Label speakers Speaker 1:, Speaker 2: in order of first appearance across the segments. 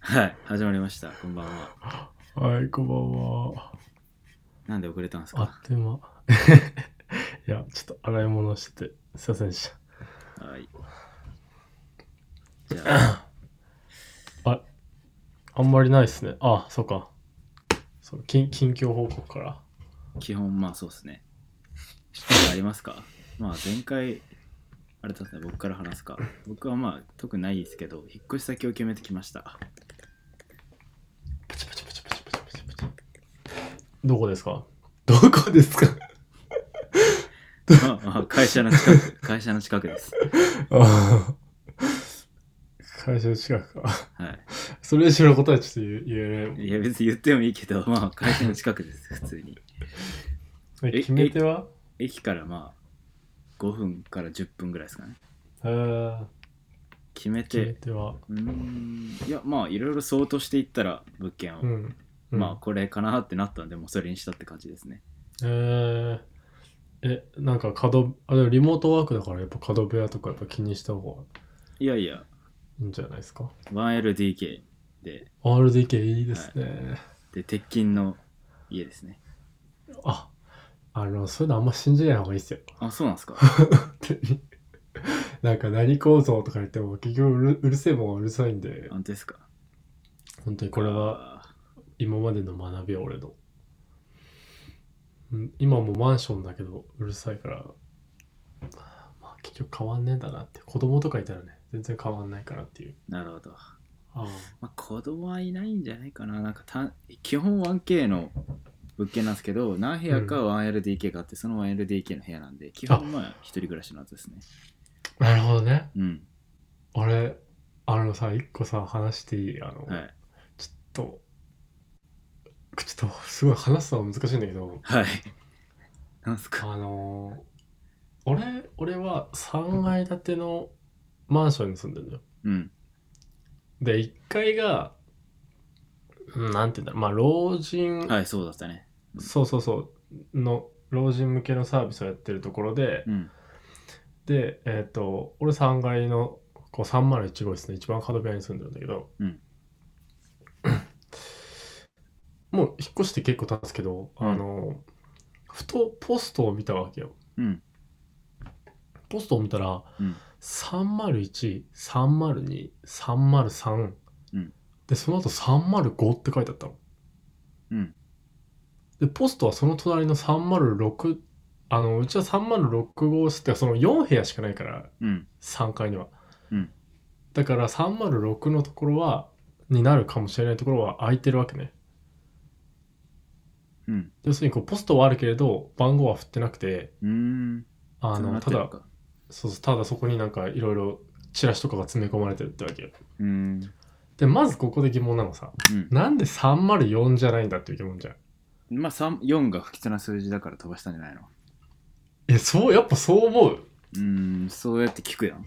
Speaker 1: はい、始まりました。こんばんは。
Speaker 2: はい、こんばんは。
Speaker 1: なんで遅れたんです
Speaker 2: あ
Speaker 1: か
Speaker 2: っという間。いや、ちょっと洗い物してて、すいませんでした。
Speaker 1: はい。じゃあ、
Speaker 2: あんまりないですね。あ、そうか。そう近近況報告から。
Speaker 1: 基本、まあそうですね。なんかありますかまあ前回、あれだったね、僕から話すか。僕はまあ特にないですけど、引っ越し先を決めてきました。
Speaker 2: パチパチパチパチパチパチパチ。どこですかどこですか
Speaker 1: まあまあ、会社の近 く、会社の近くです。
Speaker 2: あー会社の近くか。
Speaker 1: は
Speaker 2: それ以上の答えちょっと言え言
Speaker 1: い。いや、別に言ってもいいけど、まあ会社の近くです、普通に。
Speaker 2: えない。
Speaker 1: え
Speaker 2: え決め手は
Speaker 1: 駅からまあ5分から10分ぐらいですかね。
Speaker 2: えー、
Speaker 1: 決め
Speaker 2: 決め
Speaker 1: て、
Speaker 2: 手は。
Speaker 1: うーん、いや、まあいろいろ相当していったら物件を。
Speaker 2: うん。うん
Speaker 1: まあこれかなってなったんでもうそれにしたって感じですね
Speaker 2: えー、え、なんか角、あ、でもリモートワークだからやっぱ角部屋とかやっぱ気にした方が
Speaker 1: いやいや
Speaker 2: いいんじゃないですか。
Speaker 1: 1LDK で
Speaker 2: RDK いいですね。
Speaker 1: で鉄筋の家ですね
Speaker 2: あ、あの、そういうのあんま信じない方がいいっすよ。
Speaker 1: あそうなんですか
Speaker 2: 本当に なんか何構造とか言っても結局うるうるせえもんはうるさいんで、
Speaker 1: 本当ですか
Speaker 2: 本当にこれは今までの学びは俺の。うん今もマンションだけどうるさいから、まあ結局変わんねえんだなって。子供とかいたらね、全然変わんないからっていう。
Speaker 1: なるほど、
Speaker 2: ああ
Speaker 1: まあ、子供はいないんじゃないかななんかた基本 1K の物件なんですけど何部屋か 1LDK があってその 1LDK の部屋なんで基本まあ一人暮らしのはずですね
Speaker 2: なるほどね。
Speaker 1: うん
Speaker 2: 俺、あのさ、一個さ、話していいあの、
Speaker 1: はい
Speaker 2: ちょっと、ちょっと、すごい話すのは難しいんだけど、
Speaker 1: はいなんすか
Speaker 2: あのー俺、俺は3階建てのマンションに住んでるのよ。
Speaker 1: うん
Speaker 2: で、1階が、うんなんて言うんだろう、まあ、老人、
Speaker 1: はいそうだったね
Speaker 2: そうそうそう、の、老人向けのサービスをやってるところで、
Speaker 1: うん
Speaker 2: で、えっ、と、俺3階のこう301号室の一番角部屋に住んでるんだけど、
Speaker 1: うん
Speaker 2: もう引っ越して結構経つけど、
Speaker 1: うん
Speaker 2: あの、ふとポストを見たわけよ。
Speaker 1: うん
Speaker 2: ポストを見たら、
Speaker 1: うん
Speaker 2: 301、302、303、
Speaker 1: うん
Speaker 2: で、その後305って書いてあったの。
Speaker 1: うん
Speaker 2: で、ポストはその隣の306、あの、うちは306号室ってかその4部屋しかないから、
Speaker 1: うん
Speaker 2: 3階には、
Speaker 1: うん
Speaker 2: だから306のところはになるかもしれないところは空いてるわけね
Speaker 1: うん
Speaker 2: 要するにこうポストはあるけれど番号は振ってなくて
Speaker 1: うーん
Speaker 2: あ
Speaker 1: そうな
Speaker 2: の
Speaker 1: って
Speaker 2: た
Speaker 1: る
Speaker 2: だ
Speaker 1: のか
Speaker 2: そうそうただそこになんかいろいろチラシとかが詰め込まれてるってわけよ
Speaker 1: うーん
Speaker 2: でまずここで疑問なのさ
Speaker 1: うん
Speaker 2: なんで304じゃないんだっていう疑問じゃん
Speaker 1: まあ、3 4が不吉な数字だから飛ばしたんじゃないの
Speaker 2: えそうやっぱそう思う
Speaker 1: うーん、そうやって聞くやん。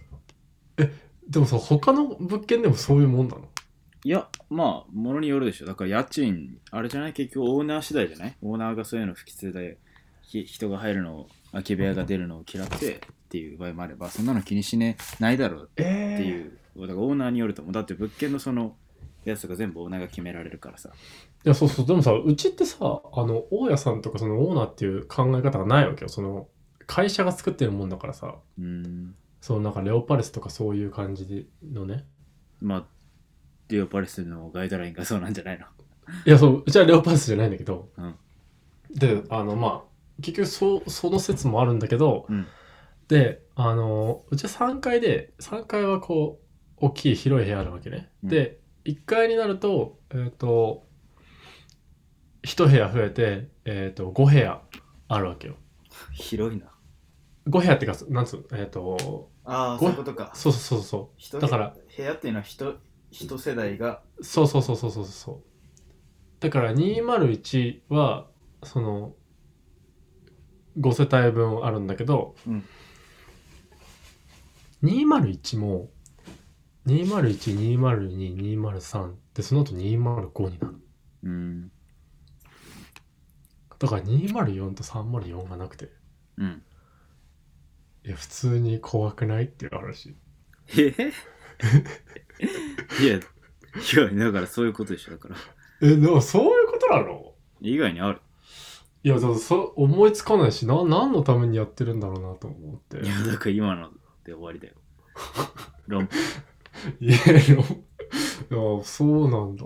Speaker 2: でもさ他の物件でもそういうもんなの
Speaker 1: いや、まあ、ものによるでしょ。だから家賃、あれじゃない結局オーナー次第じゃないオーナーがそういうの不吉で、ひ人が入るのを、空き部屋が出るのを嫌ってっていう場合もあれば、そんなの気にしねないだろう
Speaker 2: え
Speaker 1: っていう。だからオーナーによると思う。だって物件のその、やつとか全部オーナーが決められるからさ。
Speaker 2: いや、そうそう。でもさ、うちってさ、あの、大家さんとかそのオーナーっていう考え方がないわけよ。その、会社が作ってるもんだからさ、
Speaker 1: うーん。
Speaker 2: そのなんかレオパレスとかそういう感じでのね。
Speaker 1: まあ、ディオパレスのガイドラインがそうなんじゃないの
Speaker 2: いや、そう、うちはレオパレスじゃないんだけど。
Speaker 1: うん
Speaker 2: で、あの、まあ、結局そう、その説もあるんだけど、
Speaker 1: うん
Speaker 2: で、あの、うちは3階で、3階はこう、大きい広い部屋あるわけね。
Speaker 1: うん
Speaker 2: で、1階になると、えっ、と、1部屋増えて、えっ、と、5部屋あるわけよ。
Speaker 1: 広いな。
Speaker 2: 5部屋ってか、なんつうの、えっ、と、
Speaker 1: ああ
Speaker 2: そういうこと
Speaker 1: か
Speaker 2: そうそうそうそ
Speaker 1: 人
Speaker 2: だから
Speaker 1: 部屋っていうのは人人世代が
Speaker 2: う、そうそうそうそうそうそう。だから201は、その、5世帯分あるんだけど、
Speaker 1: うん
Speaker 2: 201も、201、202、203で、その後205になる。
Speaker 1: うん
Speaker 2: だから204と304がなくて、
Speaker 1: うん
Speaker 2: いや、普 通に怖くないっていう話。
Speaker 1: えいやいや、だからそういうことでしょ、だから。
Speaker 2: え、でもそういうことなの
Speaker 1: 以外にある。
Speaker 2: いや、でもそ思いつかないし、な、何のためにやってるんだろうなと思って
Speaker 1: い。や、だから今ので終わりだ よ。論破
Speaker 2: いや、で もいやそうなんだ。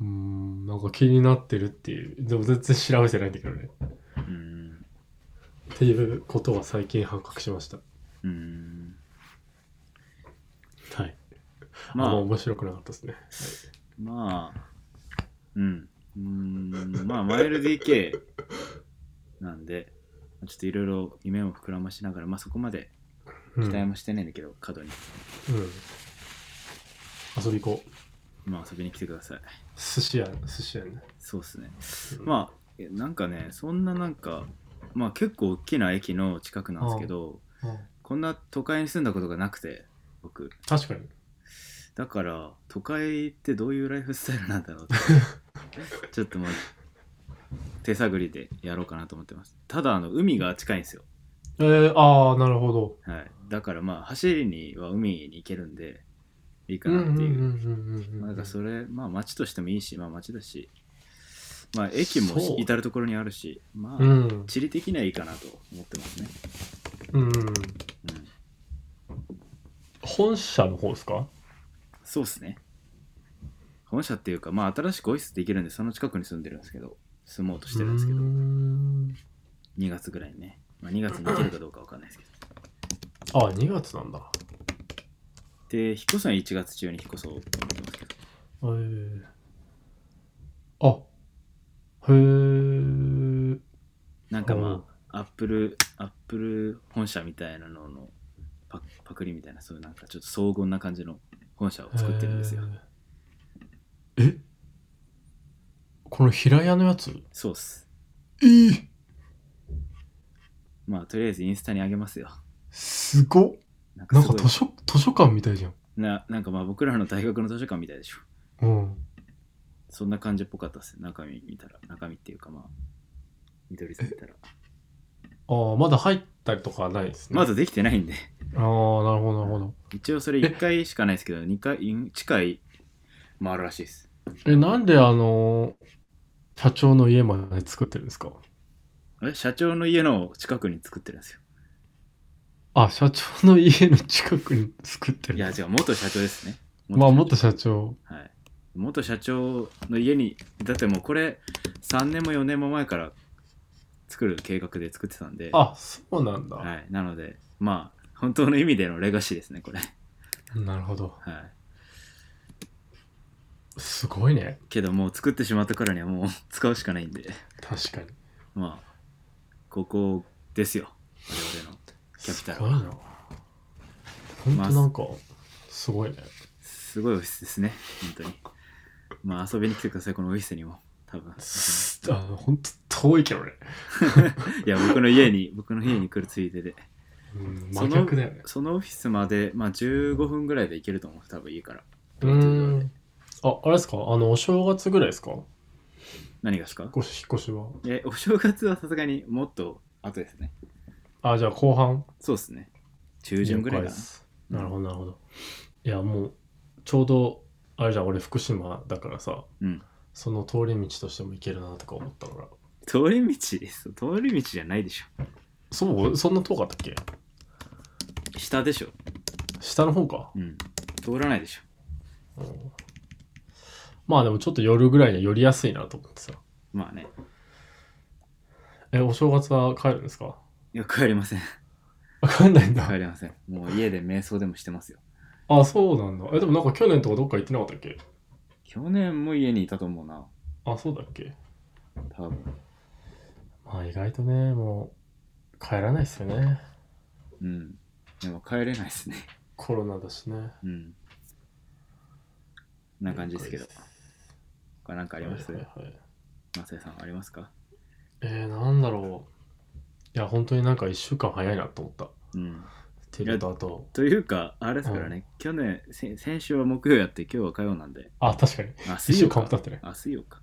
Speaker 2: うーん、なんか気になってるっていう。でも全然調べてないんだけどね。
Speaker 1: うーん。
Speaker 2: っていうことは最近発覚しました。
Speaker 1: うーん。
Speaker 2: はい。
Speaker 1: ま
Speaker 2: まあ、
Speaker 1: あ、
Speaker 2: 面白くなかったですね。
Speaker 1: まあ、うん。うーん、まあ、マイル DK なんで、ちょっといろいろ夢を膨らましながら、まあそこまで
Speaker 2: うん。
Speaker 1: 期待
Speaker 2: うん。
Speaker 1: もしてないんだけど、過度に。
Speaker 2: 遊び行こう。
Speaker 1: まあ遊びに来てください。
Speaker 2: 寿司屋、寿司屋ね。
Speaker 1: そうっすね。
Speaker 2: うん
Speaker 1: まあ、えなんかね、そんななんか、まあ結構大きな駅の近くなんですけど、
Speaker 2: うん
Speaker 1: こんな都会に住んだことがなくて、僕。
Speaker 2: 確かに。
Speaker 1: だから、都会ってどういうライフスタイルなんだろう ってちょっとまあ、手探りでやろうかなと思ってます。ただ、あの、海が近いんですよ。
Speaker 2: えー、ああ、なるほど。
Speaker 1: はい。だからまあ、走りには海に行けるんで、いいか
Speaker 2: うん
Speaker 1: な
Speaker 2: う
Speaker 1: っ
Speaker 2: んうん
Speaker 1: ていう。
Speaker 2: うんうん。
Speaker 1: まあなんかそれ、まあ街としてもいいし、まあ街だし、まあ駅も
Speaker 2: そう
Speaker 1: 至る所にあるし、ま
Speaker 2: う
Speaker 1: あ、
Speaker 2: ん。うん
Speaker 1: 地理的にはいいかなと思ってますね。
Speaker 2: うんうん。
Speaker 1: うん。
Speaker 2: 本社の方ですか
Speaker 1: そうっすね。本社っていうか、まあ新しくオフィスできるんで、その近くに住んでるんですけど、住もうとしてるんですけど
Speaker 2: うー、ん
Speaker 1: 2月ぐらいにね。まあ2月に行けるかどうかわかんないですけど。
Speaker 2: あ、2月なんだ。
Speaker 1: で、引っ越すのは1月中に引っ越そうと思ってますけど。
Speaker 2: えー、あ、へえ。
Speaker 1: なんか
Speaker 2: うん
Speaker 1: まあ、アップル、アップル本社みたいなののパパクリみたいな、そういうなんかちょっと荘厳な感じの本社を作ってるんですよ。
Speaker 2: えー。えこの平屋のやつ
Speaker 1: そうっす。
Speaker 2: えー、
Speaker 1: まあとりあえずインスタにあげますよ。
Speaker 2: すごっ
Speaker 1: なんか
Speaker 2: なん
Speaker 1: す
Speaker 2: か
Speaker 1: ごい
Speaker 2: 図書、図書館みたいじゃん。
Speaker 1: ななんかまあ僕らの大学の図書館みたいでしょ。
Speaker 2: うん。
Speaker 1: そんな感じっぽかったっす。中身見たら、中身っていうかまあ、緑さん見たら。
Speaker 2: ああ、まだ入ったりとかはないです ね。
Speaker 1: ま。だできてないんで、
Speaker 2: ああ、なるほど、なるほど。
Speaker 1: 一応それ1回しかないですけど、2回、ん近いもあるらしいです。
Speaker 2: え、なんであのー社長の家まで作ってるんですか
Speaker 1: え社長の家の近くに作ってるんですよ。
Speaker 2: あ、社長の家の近くに作ってる。
Speaker 1: いや、違う、元社長ですね。
Speaker 2: まあ、
Speaker 1: 社長
Speaker 2: 元社長。
Speaker 1: はい。元社長の家に、だってもうこれ、3年も4年も前から作る計画で作ってたんで、は
Speaker 2: あ、そうなんだ。
Speaker 1: い。なので、まあ、本当の意味でのレガシーですね、これ。
Speaker 2: なるほど。
Speaker 1: はい。
Speaker 2: すごいね。
Speaker 1: けどもう作ってしまったからにはもう 使うしかないんで、
Speaker 2: 確かに。
Speaker 1: まあ、ここですよ。我々の。キャピ
Speaker 2: す
Speaker 1: タル
Speaker 2: ごいな。ほんとなんか、すごいね。
Speaker 1: すごいオフィスですね、本当に。まあ、遊びに来てください、このオフィスにも。多分。
Speaker 2: すあの、ほんと遠いけどね。
Speaker 1: いや、僕の家に、僕の家に来るついでで。
Speaker 2: うん、
Speaker 1: その
Speaker 2: 真逆だよね。
Speaker 1: そのオフィスまで、まあ、15分ぐらいで行けると思う、多分いいから。
Speaker 2: うーん。あ、あれですかあの、お正月ぐらいですか
Speaker 1: 何がですか
Speaker 2: 引っ越し、引っ越しは。
Speaker 1: え、お正月はさすがにもっと後ですね。
Speaker 2: あ、じゃあ後半。
Speaker 1: そうですね。中旬ぐらいかな
Speaker 2: 了解で。すなるほどなるほどいやもうちょうどあれじゃん俺福島だからさ
Speaker 1: うん。
Speaker 2: その通り道としても行けるなとか思ったから
Speaker 1: 通り道です。通り道じゃないでしょ。
Speaker 2: そうそんな遠かったっけ
Speaker 1: 下でしょ。
Speaker 2: 下の方か、
Speaker 1: うん。通らないでしょ。
Speaker 2: うんまあでもちょっと夜ぐらいには寄りやすいなと思ってさ
Speaker 1: まあね。
Speaker 2: えお正月は帰るんですか
Speaker 1: いや、帰りません。
Speaker 2: わかんないんだ、
Speaker 1: 帰りません。もう家で瞑想でもしてますよ。
Speaker 2: あそうなんだえでもなんか去年とかどっか行ってなかったっけ
Speaker 1: 去年も家にいたと思うな。
Speaker 2: あそうだっけ
Speaker 1: 多分。
Speaker 2: まあ意外とねもう帰らないっすよね
Speaker 1: うん。でも帰れないですね。
Speaker 2: コロナだしね
Speaker 1: うん。こんな感じですけど。他なんかあ
Speaker 2: あ
Speaker 1: ります
Speaker 2: はいはい
Speaker 1: マサイさんありますか
Speaker 2: えー、なんだろう。いや、本当になんか1週間早いなと思った。っ
Speaker 1: うん。
Speaker 2: ていうのと、あと、
Speaker 1: というか、あれですからね、去年、せ先週は木曜やって、今日は火曜なんで、
Speaker 2: あ、確かに。
Speaker 1: あ、
Speaker 2: 1
Speaker 1: 水
Speaker 2: 週
Speaker 1: 曜
Speaker 2: 間
Speaker 1: か
Speaker 2: も。経ってね。
Speaker 1: あ、水曜か。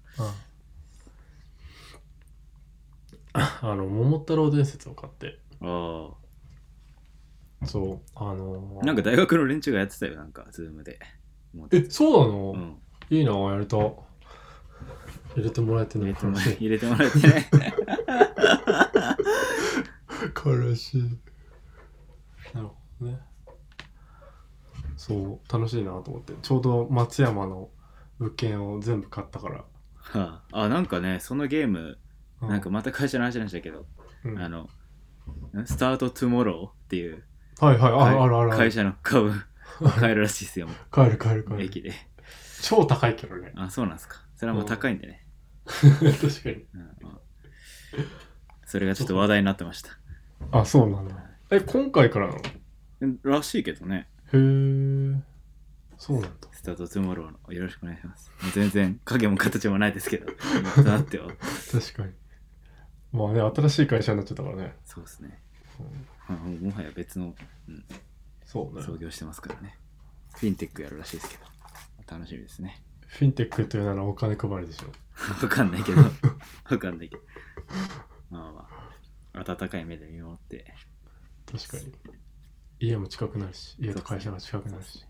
Speaker 2: あの、桃太郎伝説を買って、
Speaker 1: あ
Speaker 2: そう、あの
Speaker 1: あ。なんか大学の連中がやってたよ、なんか、ズームで。思って
Speaker 2: え、そうなの、
Speaker 1: うん、
Speaker 2: いいな、やれた。入れてもらえてん
Speaker 1: 入
Speaker 2: の
Speaker 1: れても
Speaker 2: 悲
Speaker 1: ら
Speaker 2: しい。
Speaker 1: 入れてもらえて ね
Speaker 2: 悲しい。なるほどね。そう、楽しいなと思って。ちょうど松山の物件を全部買ったから。
Speaker 1: はああなんかねそのゲーム
Speaker 2: う
Speaker 1: なんか、また会社の話なんでしたけど、
Speaker 2: うん
Speaker 1: あのスタートトゥモローっていう
Speaker 2: はいはい、
Speaker 1: 会
Speaker 2: ああるあるある
Speaker 1: 会。社の株買えるらしいですよもう
Speaker 2: 帰る帰る帰る。
Speaker 1: 駅で
Speaker 2: 超高いけ どね。
Speaker 1: あそうなんですかそれはもう高いんでね、
Speaker 2: 確かに。
Speaker 1: うんうんそれがちょっと話題になってました
Speaker 2: あ、そうなんだ。え、今回からなのへ
Speaker 1: うんらしいけどね
Speaker 2: え。そうなんだ。
Speaker 1: スタートトゥモローのよろしくお願いしますもう全然影も形もないですけど今となっては
Speaker 2: 確かに。まあね、新しい会社になっちゃったからね。
Speaker 1: そうですね、
Speaker 2: うん
Speaker 1: まあもうもはや別の
Speaker 2: そうね。
Speaker 1: 創業してますからねフィンテックやるらしいですけど楽しみですね
Speaker 2: フィンテックというならお金配りでしょ。
Speaker 1: わかんないけどわかんないけどまあまあ温かい目で見守って
Speaker 2: 確かに。家も近くなるし、家と会社が近くなるし。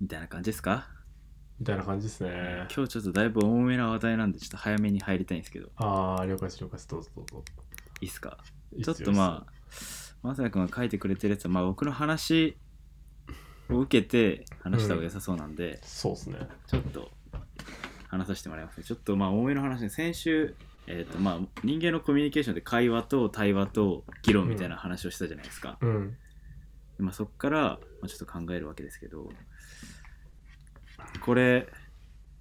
Speaker 1: みたいな感じですか、
Speaker 2: みたいな感じですね。
Speaker 1: 今日ちょっとだいぶ重めな話題なんでちょっと早めに入りたいんですけど
Speaker 2: あー、了解です、了解です。どうぞどうぞ。
Speaker 1: いいっすか
Speaker 2: いい
Speaker 1: ちょっ
Speaker 2: すよ
Speaker 1: とまあまさやくんが書いてくれてるやつはまあ僕の話を受けて話した方が良さそうなんで、
Speaker 2: そうですね。
Speaker 1: ちょっと話させてもらいますちょっとまあ多めの話で先週えっ、とまあ人間のコミュニケーションで会話と対話と議論みたいな話をしたじゃないですか、
Speaker 2: うん。
Speaker 1: でまあ、そこからまあちょっと考えるわけですけどこれ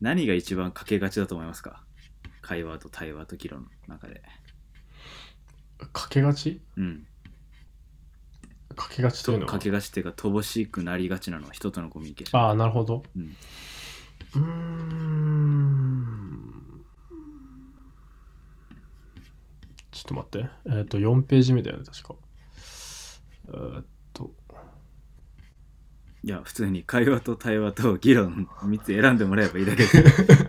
Speaker 1: 何が一番欠けがちだと思いますか会話と対話と議論の中で
Speaker 2: かけがち
Speaker 1: うん
Speaker 2: かけがちというのは
Speaker 1: かけがちっていうか乏しくなりがちなのは人とのコミュニケーション
Speaker 2: ああ、なるほど。
Speaker 1: うん
Speaker 2: うーん。ちょっと待って。えっ、と、4ページ目だよね、確か。えーっ と、
Speaker 1: いや普通に会話と対話と議論3つ選んでもらえばいいだけです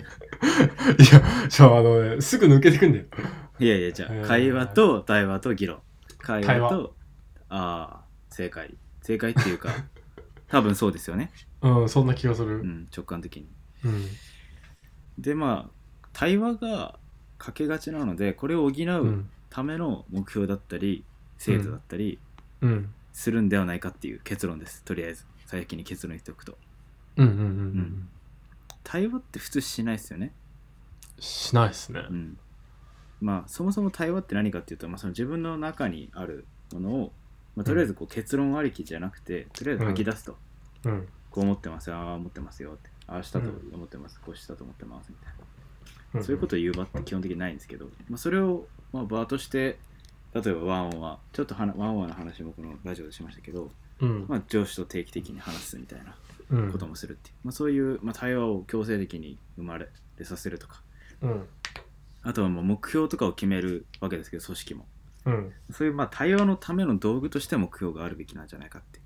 Speaker 2: いや、じゃあ、あのね、すぐ抜けてくんだよ。
Speaker 1: いやいやじゃ
Speaker 2: えー
Speaker 1: あ会話と対話と議論会話
Speaker 2: 対
Speaker 1: とああ正解正解っていう か多分そうですよね、
Speaker 2: うん、そんな気がす
Speaker 1: う
Speaker 2: る。
Speaker 1: ん、直感的に
Speaker 2: うん。
Speaker 1: でまあ対話が欠けがちなのでこれを補
Speaker 2: う。
Speaker 1: うんための目標だったり、制度だったり
Speaker 2: うん。
Speaker 1: するんではないかっていう結論ですとりあえず最悪に結論言っておくと
Speaker 2: うんうんうんうん。
Speaker 1: 対話って普通しないですよね、
Speaker 2: しないっすね。
Speaker 1: うん、まあそもそも対話って何かっていうと、まあ、その自分の中にあるものを、まあ、とりあえずこう結論ありきじゃなくてとりあえず吐き出すと、
Speaker 2: うん。
Speaker 1: こう思ってますああ思ってますよってああしたと思ってます、こうしたと思ってますみたいな
Speaker 2: うん
Speaker 1: そういうことを言う場って基本的にないんですけど、まあ、それを、まあ、場として例えばワンオンはちょっとはなワンオンの話もこのラジオでしましたけど、
Speaker 2: うん。
Speaker 1: まあ、上司と定期的に話すみたいな
Speaker 2: うん
Speaker 1: こともするっていう、まあ、そういう、まあ、対話を強制的に生まれさせるとか
Speaker 2: うん。
Speaker 1: あとはもう目標とかを決めるわけですけど組織も
Speaker 2: うん。
Speaker 1: そういうまあ対話のための道具として目標があるべきなんじゃないかっていう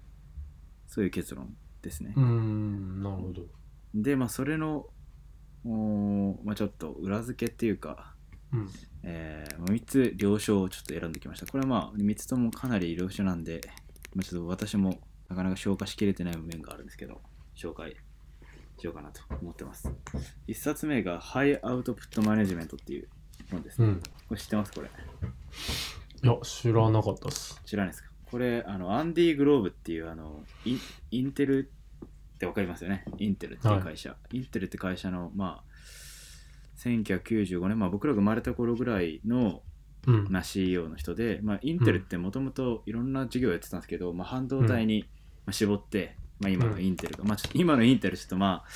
Speaker 1: そういう結論ですね
Speaker 2: う、ん。なるほど。
Speaker 1: でまあそれのおーまあ、ちょっと裏付けっていうか
Speaker 2: うん。
Speaker 1: えー、3つ了承をちょっと選んできました。これはまあ3つともかなり了承なんで、まあ、ちょっと私もなかなか消化しきれてない面があるんですけど、紹介しようかなと思ってます。1冊目がハイアウトプットマネジメントっていう本です、
Speaker 2: う
Speaker 1: ね
Speaker 2: ん。
Speaker 1: これ知ってますこれ。
Speaker 2: いや、知らなかったっす。
Speaker 1: 知らないですかこれ、あの、アンディ・グローブっていう、あの、インインテルってわかりますよね。インテルっていう会社。インテルって会社の、まあ、1995年、まあ僕らが生まれた頃ぐらいの、
Speaker 2: うん。
Speaker 1: な CEO の人で、まあ、インテルってもともといろんな事業やってたんですけど、まあ、半導体にまあ絞って、まあ、今のインテルが、まあ、ちょっと今のインテルちょっとまあ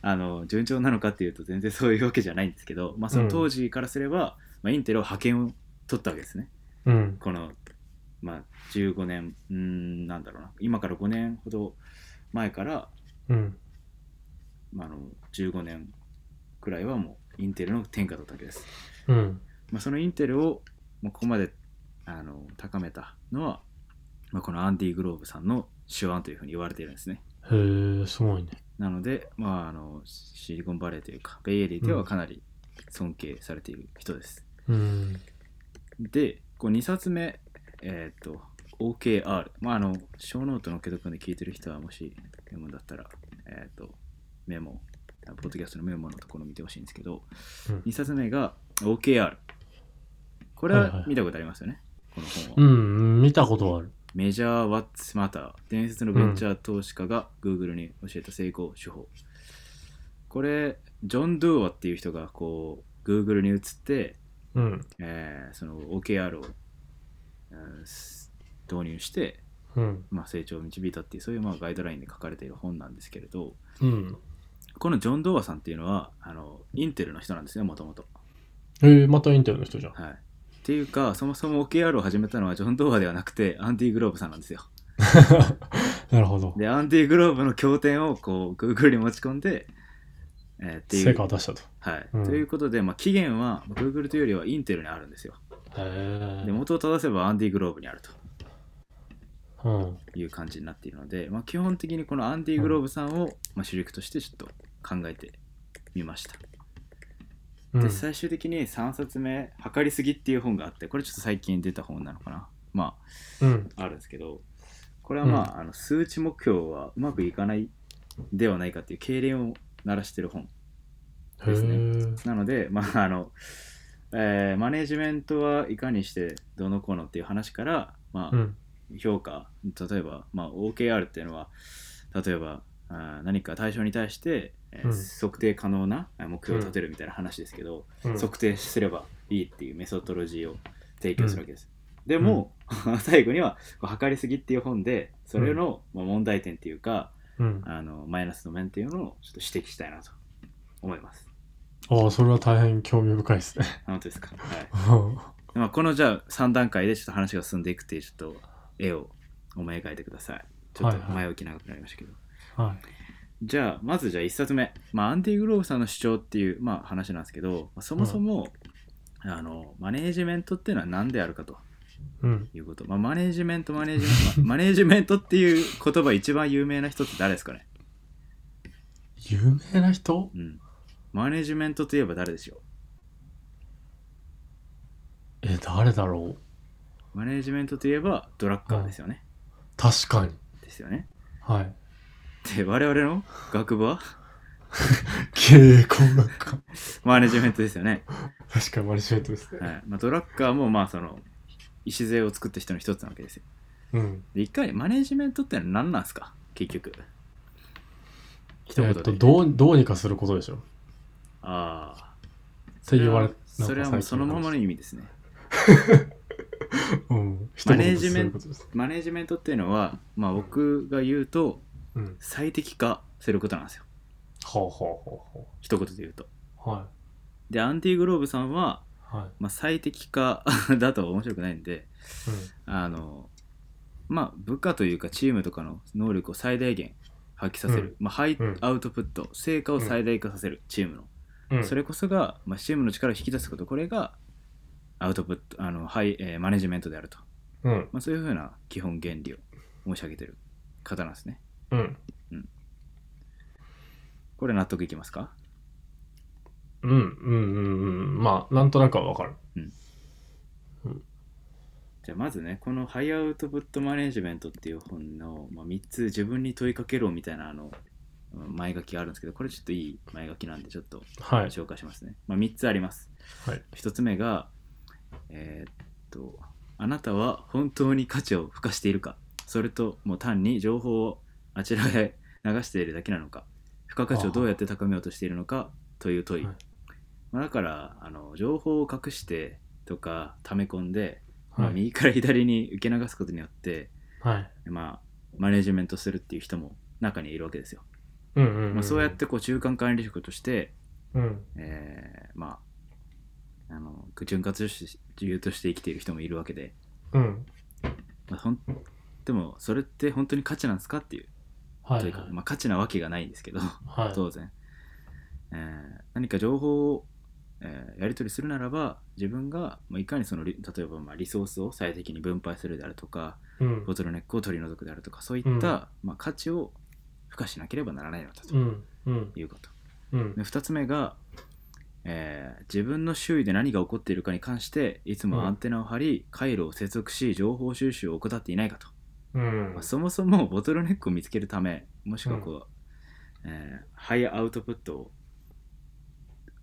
Speaker 1: あの順調なのかっていうと全然そういうわけじゃないんですけど、まあ、その当時からすれば、まあ、インテルを派遣を取ったわけですね
Speaker 2: うん。
Speaker 1: この、まあ、15年うーんなんだろうな今から5年ほど前から、
Speaker 2: うん。
Speaker 1: まあ、あの15年くらいはもうインテルの天下だったわけです
Speaker 2: うん。
Speaker 1: まあ、そのインテルをまあここまであの高めたのは、まあ、このアンディ・グローブさんの手腕というふうに言われているんですね。
Speaker 2: へえ、すごいね。
Speaker 1: なので、まあ、あのシリコンバレーというか、ベイエリーではかなり尊敬されている人です。
Speaker 2: うん。
Speaker 1: で、こう2冊目、えーっと、 OKR。まあ、あの、小ノートの受けとくんで聞いてる人は、もし、メモだったら、えっ、と、メモ、あポッドキャストのメモのところ見てほしいんですけど、
Speaker 2: うん
Speaker 1: 2冊目が OKR。これは見たことありますよね、この本は。
Speaker 2: うん、見たことはある。
Speaker 1: メジャー・ワッツ・マター。伝説のベンチャー投資家が Google に教えた成功手法。これ、ジョン・ドゥーアっていう人が、こう、Google に移って、
Speaker 2: うん、
Speaker 1: えーその OKR を、えーす導入して、
Speaker 2: うん、
Speaker 1: まあ、成長を導いたっていうそういうまあガイドラインで書かれている本なんですけれど
Speaker 2: うん。
Speaker 1: このジョン・ドーアさんっていうのはあのインテルの人なんですねもともと。
Speaker 2: えー、またインテルの人じ ゃん。
Speaker 1: はいっていうかそもそも OKR を始めたのはジョン・ドーアではなくてアンディ・グローブさんなんですよ。
Speaker 2: なるほど。
Speaker 1: でアンディ・グローブの経典をこう Google に持ち込んで、えーってい
Speaker 2: 成
Speaker 1: う
Speaker 2: 果を出したと。
Speaker 1: はい
Speaker 2: うん
Speaker 1: ということで、まあ、期限は Google というよりはインテルにあるんですよ。
Speaker 2: へえ
Speaker 1: で。元を正せばアンディ・グローブにあると。
Speaker 2: うん。
Speaker 1: いう感じになっているので、まあ、基本的にこのアンディ・グローブさんを、まあ、主力としてちょっと考えてみました。
Speaker 2: うん
Speaker 1: で最終的に3冊目「測りすぎ」っていう本があってこれちょっと最近出た本なのかなま
Speaker 2: うん。
Speaker 1: ああるんですけどこれはまあ,、あの数値目標はうまくいかないではないかっていう経験を鳴らしてる本
Speaker 2: へ
Speaker 1: ですね
Speaker 2: え。
Speaker 1: なのでまああの、えーマネジメントはいかにしてどのこうのっていう話からま
Speaker 2: う
Speaker 1: あ
Speaker 2: ん。
Speaker 1: 評価例えば、まあ、OKR っていうのは例えばあー何か対象に対して、えー
Speaker 2: うん
Speaker 1: 測定可能なあ目標を立てるみたいな話ですけど、
Speaker 2: うん
Speaker 1: 測定すればいいっていうメソトロジーを提供するわけです。でも、 最後には「こう測りすぎ」っていう本でそれの、まあ、問題点っていうか
Speaker 2: うん。
Speaker 1: あのマイナスの面っていうのをちょっと指摘したいなと思います。
Speaker 2: ああ、それは大変興味深い ですね。
Speaker 1: あ本当ですか、はい
Speaker 2: うん
Speaker 1: まあ、このじゃあ3段階でちょっと話が進んでいくっていうちょっと絵を思い描いてください。ちょっと前置き長くなりましたけど。
Speaker 2: は
Speaker 1: じゃあまずじゃあ1冊目、まあ、アンディ・グローブさんの主張っていう、まあ、話なんですけど、まあそもそも、あのマネージメントっていうのは何であるかと
Speaker 2: い。うん。
Speaker 1: いうこと、まあ、マネージメントマネージメント、まあマネージメントっていう言葉一番有名な人って誰ですかね、
Speaker 2: 有名な人
Speaker 1: うん、マネージメントといえば誰でしょ
Speaker 2: え、誰だろう
Speaker 1: うマネージメントといえばドラッカーですよね、
Speaker 2: 確かに。
Speaker 1: ですよね
Speaker 2: はい。
Speaker 1: で我々の学部は
Speaker 2: 経営工学科。
Speaker 1: マネージメントですよね、
Speaker 2: 確かにマネジメントです
Speaker 1: は
Speaker 2: ね。
Speaker 1: いまあ、ドラッカーもまあその礎を作った人の一つなわけですよ
Speaker 2: うん。
Speaker 1: で一回マネージメントってのは何なんですか結局一言
Speaker 2: えっ
Speaker 1: で、
Speaker 2: と、どう、どうにかすることでしょ。っ
Speaker 1: ああ
Speaker 2: て言われ
Speaker 1: それはそれはもうそのままの
Speaker 2: に。
Speaker 1: 意味ですね
Speaker 2: うん。
Speaker 1: マネージメン
Speaker 2: 一言でそういうことです
Speaker 1: マネージメントっていうのはまあ僕が言うと
Speaker 2: うん。
Speaker 1: 最適化することなんですよ
Speaker 2: ほうほうほうほ
Speaker 1: 一言で言うと
Speaker 2: う。は
Speaker 1: でアンティ・グローブさんは、
Speaker 2: い。はい。
Speaker 1: まあ、最適化だと面白くないんであのまあ部下というかチームとかの能力を最大限発揮させる、まあ、ハイ
Speaker 2: うん
Speaker 1: アウトプット成果を最大化させる、チームの
Speaker 2: うん。うん
Speaker 1: それこそが、まあ、チームの力を引き出すことこれがアウトプットあの、はいえーマネジメントであると、
Speaker 2: うん。
Speaker 1: まあ、そういうふうな基本原理を申し上げてる方なんですね
Speaker 2: うん。
Speaker 1: これ納得いきますか
Speaker 2: うん。うん。うん。うんまあ、なんとなくはわかる。
Speaker 1: じゃあまずねこのハイアウトプットマネジメントっていう本の、まあ、3つ自分に問いかけろみたいなあのうん前書きがあるんですけどこれちょっといい前書きなんでちょっと
Speaker 2: はい。
Speaker 1: 紹介しますね、まあ、3つあります、
Speaker 2: はい
Speaker 1: 1つ目がえーっとあなたは本当に価値を付加しているかそれとも単に情報をあちらへ流しているだけなのか付加価値をどうやって高めようとしているのかという問い、
Speaker 2: はい
Speaker 1: まあ、だからあの情報を隠してとか溜め込んで、まあ、
Speaker 2: はい。
Speaker 1: 右から左に受け流すことによって、
Speaker 2: はい。
Speaker 1: まあ、マネジメントするっていう人も中にいるわけですよ、
Speaker 2: うんうんうん。
Speaker 1: まあ、そうやってこう中間管理職として
Speaker 2: うん。
Speaker 1: えーまああの潤滑油として生きている人もいるわけで、
Speaker 2: うん。
Speaker 1: まあ、ほんでもそれって本当に価値なんですかっていう
Speaker 2: はい。
Speaker 1: というか、まあ、価値なわけがないんですけど
Speaker 2: はい。
Speaker 1: 当然、えー何か情報を、えーやり取りするならば自分が、まあ、いかにそのリ例えばまあリソースを最適に分配するであるとか
Speaker 2: うん。
Speaker 1: ボトルネックを取り除くであるとかそういった、まあ、価値を付加しなければならないのだと
Speaker 2: うん。うん。
Speaker 1: いうこと
Speaker 2: うん。
Speaker 1: で2つ目が、えー自分の周囲で何が起こっているかに関していつもアンテナを張り、回路を接続し情報収集を怠っていないかと、
Speaker 2: うん
Speaker 1: まあ、そもそもボトルネックを見つけるためもしくはこう、えーハイアウトプットを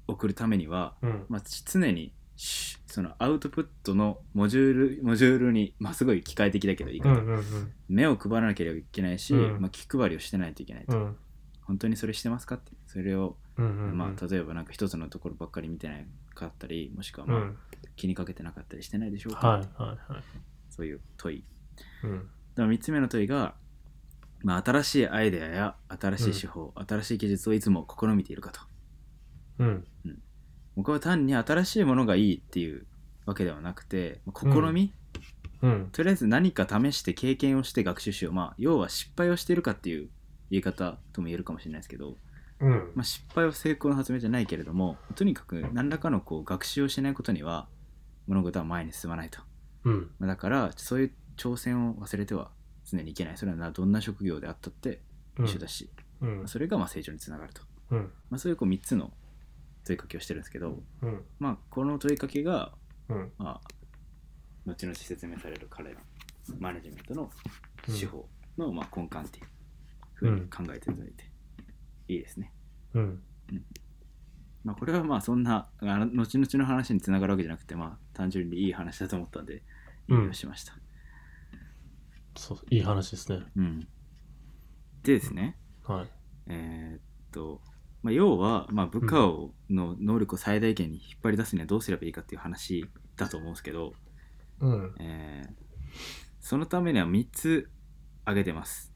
Speaker 1: 送るためには、
Speaker 2: うん
Speaker 1: まあ、常にしそのアウトプットのモジュールモジュールに、まあ、すごい機械的だけどいい
Speaker 2: うん
Speaker 1: か
Speaker 2: う
Speaker 1: と、
Speaker 2: ん
Speaker 1: 目を配らなければいけないし、
Speaker 2: うん
Speaker 1: まあ、気配りをしてないといけないと、
Speaker 2: うん
Speaker 1: 本当にそれしてますかってそれを
Speaker 2: うんうん
Speaker 1: まあ、例えばなんか一つのところばっかり見てなかったりもしくは
Speaker 2: う
Speaker 1: まあ
Speaker 2: ん
Speaker 1: 気にかけてなかったりしてないでしょうか、
Speaker 2: はいはいはい
Speaker 1: そういう問い
Speaker 2: うん
Speaker 1: でも3つ目の問いが、まあ、新しいアイデアや新しい手法、新しい技術をいつも試みているかと
Speaker 2: うん
Speaker 1: 僕は単に新しいものがいいっていうわけではなくてまあ試み、
Speaker 2: うん
Speaker 1: とりあえず何か試して経験をして学習しようまあ要は失敗をしているかっていう言い方とも言えるかもしれないですけど、
Speaker 2: うん
Speaker 1: まあ、失敗は成功の発明じゃないけれどもとにかく何らかのこう学習をしないことには物事は前に進まないと
Speaker 2: うん
Speaker 1: まあだからそういう挑戦を忘れては常にいけないそれはなどんな職業であったって
Speaker 2: うん
Speaker 1: 一緒だし、
Speaker 2: うん
Speaker 1: まあそれがまあ成長につながると、
Speaker 2: うん
Speaker 1: まあ、そういうこう3つの問いかけをしてるんですけど、
Speaker 2: うん
Speaker 1: まあ、この問いかけが、
Speaker 2: うん
Speaker 1: まあ、後々説明される彼のマネジメントの手法のまあ根幹っていうふうに考えていただいていいですね。
Speaker 2: うん
Speaker 1: まあ、これはまあそんなあの後々の話につながるわけじゃなくてまあ単純にいい話だと思ったんで
Speaker 2: う
Speaker 1: 引
Speaker 2: ん
Speaker 1: 用しました。
Speaker 2: そういい話ですね
Speaker 1: うんでですね、
Speaker 2: はい
Speaker 1: えーっと、まあ、要はまあ部下をの能力を最大限に引っ張り出すにはどうすればいいかっていう話だと思うんですけど、
Speaker 2: うん
Speaker 1: えーそのためには3つ挙げてます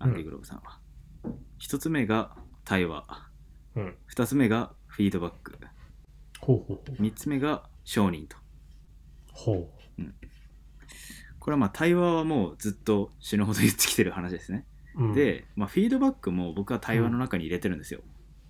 Speaker 1: アンディ・グローブさんは。1つ目が対話
Speaker 2: うん
Speaker 1: 2つ目がフィードバック
Speaker 2: ほうほう
Speaker 1: 3つ目が承認と。
Speaker 2: ほうほ
Speaker 1: これはまあ対話はもうずっと死ぬほど言ってきてる話ですね。
Speaker 2: ううん
Speaker 1: で、まあ、フィードバックも僕は対話の中に入れてるんですよ。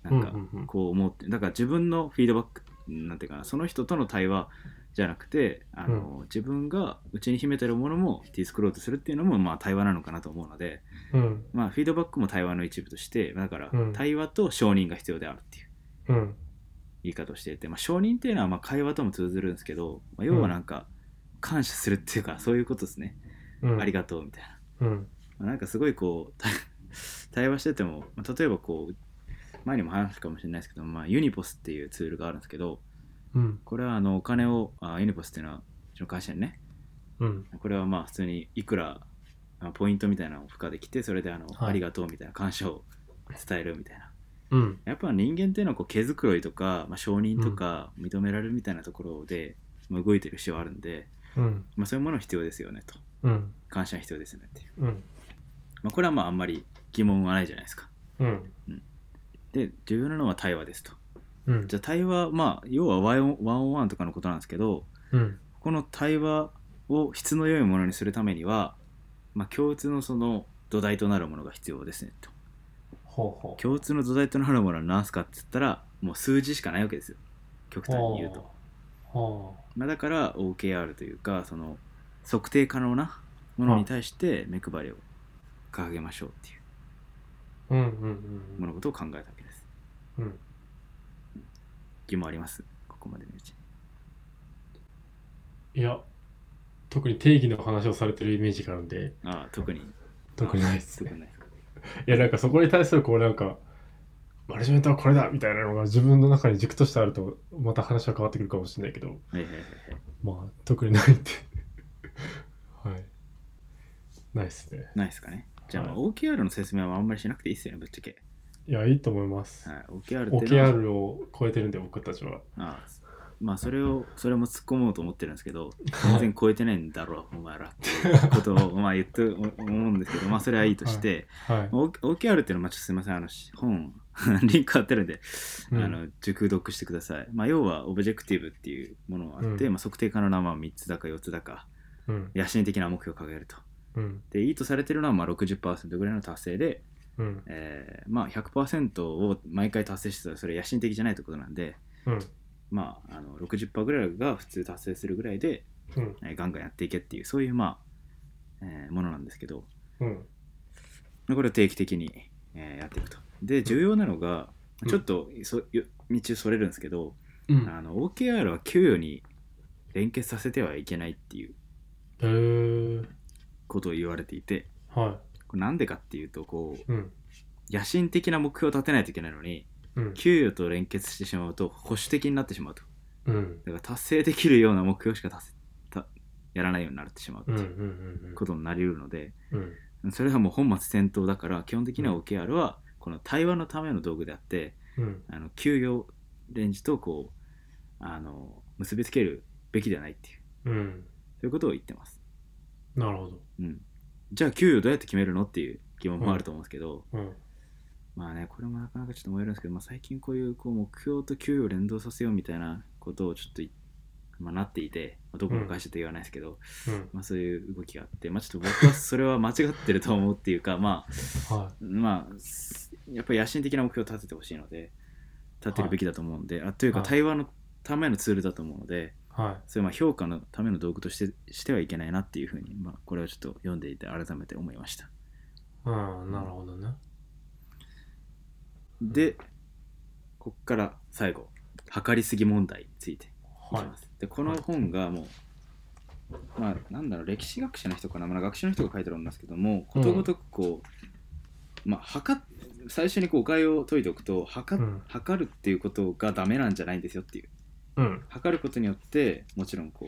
Speaker 1: なんか
Speaker 2: うんうんうん
Speaker 1: こう思ってだから自分のフィードバックなんていうかなその人との対話じゃなくてあの、自分が内に秘めてるものもディスクロードするっていうのもまあ対話なのかなと思うので、
Speaker 2: うん
Speaker 1: まあ、フィードバックも対話の一部としてだから
Speaker 2: うん
Speaker 1: 対話と承認が必要であるっていう
Speaker 2: うん
Speaker 1: 言い方をしていて、まあ、承認っていうのはまあ会話とも通ずるんですけど、まあ、要はなんか感謝するっていうかそういうことですね、
Speaker 2: うん
Speaker 1: ありがとうみたいな。
Speaker 2: うん
Speaker 1: まあなんかすごいこう 対対話してても、まあ例えばこう前にも話したかもしれないですけど、まあ、ユニポスっていうツールがあるんですけど
Speaker 2: うん
Speaker 1: これはあのお金をあユニポスっていうのはうちの会社にね
Speaker 2: うん
Speaker 1: これはまあ普通にいくらあポイントみたいなのを付加できてそれであの、
Speaker 2: はい
Speaker 1: ありがとうみたいな感謝を伝えるみたいな
Speaker 2: うん
Speaker 1: やっぱ人間っていうのはこう毛づくろいとか、まあ、承認とか認められるみたいなところで、まあ動いてる必要あるんで、
Speaker 2: うん
Speaker 1: まあ、そういうもの必要ですよねと
Speaker 2: うん
Speaker 1: 感謝必要ですよねっていう、
Speaker 2: うん
Speaker 1: まあ、これはまああんまり疑問はないじゃないですか
Speaker 2: うん
Speaker 1: で重要なのは対話ですと
Speaker 2: うん
Speaker 1: じゃあ対話まあ要はワンオンワンオンワンとかのことなんですけど
Speaker 2: うん
Speaker 1: この対話を質の良いものにするためには、まあ、共通のその土台となるものが必要ですねと
Speaker 2: ほうほう
Speaker 1: 共通の土台となるものは何すかって言ったらもう数字しかないわけですよ極端に言うと、
Speaker 2: ほ
Speaker 1: まあ、だから OKR というかその測定可能なものに対して目配りを掲げましょうっていう
Speaker 2: ううんうん
Speaker 1: 物事を考えたわけです
Speaker 2: うんうん
Speaker 1: 疑問ありますここまでのうち
Speaker 2: いや特に定義の話をされてるイメージがあるんで
Speaker 1: ああ特に
Speaker 2: 特にないです
Speaker 1: 特
Speaker 2: ね
Speaker 1: にないですか
Speaker 2: いやなんかそこに対するこうなんかマネジメントはこれだみたいなのが自分の中に軸としてあるとまた話は変わってくるかもしれないけど
Speaker 1: はいはいはいはい
Speaker 2: まあ特にないってはいないですね
Speaker 1: ないですかね。じゃあ、まあ
Speaker 2: は
Speaker 1: OKR の説明はあんまりしなくていいっすよね、ぶっちゃけ。
Speaker 2: いやいいと思います、
Speaker 1: はい、OKR っていうのは、
Speaker 2: OKR を超えてるんで僕たちは
Speaker 1: ああまあ、それを、それも突っ込もうと思ってるんですけど、全然超えてないんだろう、お 前らっていうことを、まあ、言って思うんですけど、まあ、それはいいとして、
Speaker 2: はい、
Speaker 1: O- OKR っていうのは、まあ、ちょっとすみません、あの、本、 リンク貼ってるんで、
Speaker 2: うん
Speaker 1: あの、熟読してください。まあ、要は、オブジェクティブっていうものがあって、
Speaker 2: うん
Speaker 1: まあ、測定可能な、まあ、3つだか4つだか、
Speaker 2: うん
Speaker 1: 野心的な目標を掲げると。
Speaker 2: うん
Speaker 1: で、いいとされてるのは、まあ、60%ぐらいの達成で、
Speaker 2: うん
Speaker 1: えーまあ100%を毎回達成してたらそれ野心的じゃないってことなんで、
Speaker 2: うん
Speaker 1: まあ、あの60%ぐらいが普通達成するぐらいで、
Speaker 2: うん
Speaker 1: えーガンガンやっていけっていうそういう、まあえーものなんですけど
Speaker 2: うん
Speaker 1: これを定期的に、えーやっていくとで重要なのが
Speaker 2: うん
Speaker 1: ちょっとそよ道それるんですけど、
Speaker 2: うん。へ
Speaker 1: あの OKR は給与に連結させてはいけないっていう
Speaker 2: えー。
Speaker 1: ことを言われていて
Speaker 2: は
Speaker 1: これなんでかっていうとこう
Speaker 2: い。うん。
Speaker 1: 野心的な目標を立てないといけないのに
Speaker 2: うん。
Speaker 1: 給与と連結してしまうと保守的になってしまうと
Speaker 2: うん。
Speaker 1: だから達成できるような目標しか達せたやらないようになってしまうって
Speaker 2: うん。うん。う
Speaker 1: いうんことになりうるので、
Speaker 2: うん。
Speaker 1: それはもう本末転倒だから基本的には OKR はこの対話のための道具であって
Speaker 2: うん。
Speaker 1: あの給与レンジとこうあの結びつけるべきではないっていう
Speaker 2: うん。
Speaker 1: そういうことを言ってます、
Speaker 2: なるほど。
Speaker 1: うん、じゃあ給与どうやって決めるのっていう疑問もあると思うんですけど、
Speaker 2: うん。
Speaker 1: まあねこれもなかなかちょっと燃えるんですけど、まあ、最近こういうこう目標と給与を連動させようみたいなことをちょっとい、まあ、なっていて、まあ、どこの会社と言わないですけど、
Speaker 2: うん。
Speaker 1: まあ、そういう動きがあって、まあ、ちょっと僕はそれは間違ってると思うっていうかまあ
Speaker 2: は
Speaker 1: まあすやっぱり野心的な目標を立ててほしいので立てるべきだと思うんで、あというか
Speaker 2: はい
Speaker 1: 対話のためのツールだと思うので、
Speaker 2: い。は
Speaker 1: それはまあ評価のための道具としてしてはいけないなっていうふうに、まあ、これをちょっと読んでいて改めて思いました。
Speaker 2: い。うん。なるほどね。
Speaker 1: で、こっから最後、測りすぎ問題についていき
Speaker 2: はい
Speaker 1: ま。す。で、この本がもう、まあ、なんだろう、歴史学者の人かな、まあ、学者の人が書いてあるんですけども、ことごとくこう、まあ、測っ最初にこう誤解を解いておくと測っ、
Speaker 2: うん
Speaker 1: 測るっていうことがダメなんじゃないんですよっていう。
Speaker 2: うん。
Speaker 1: 測ることによって、もちろんこ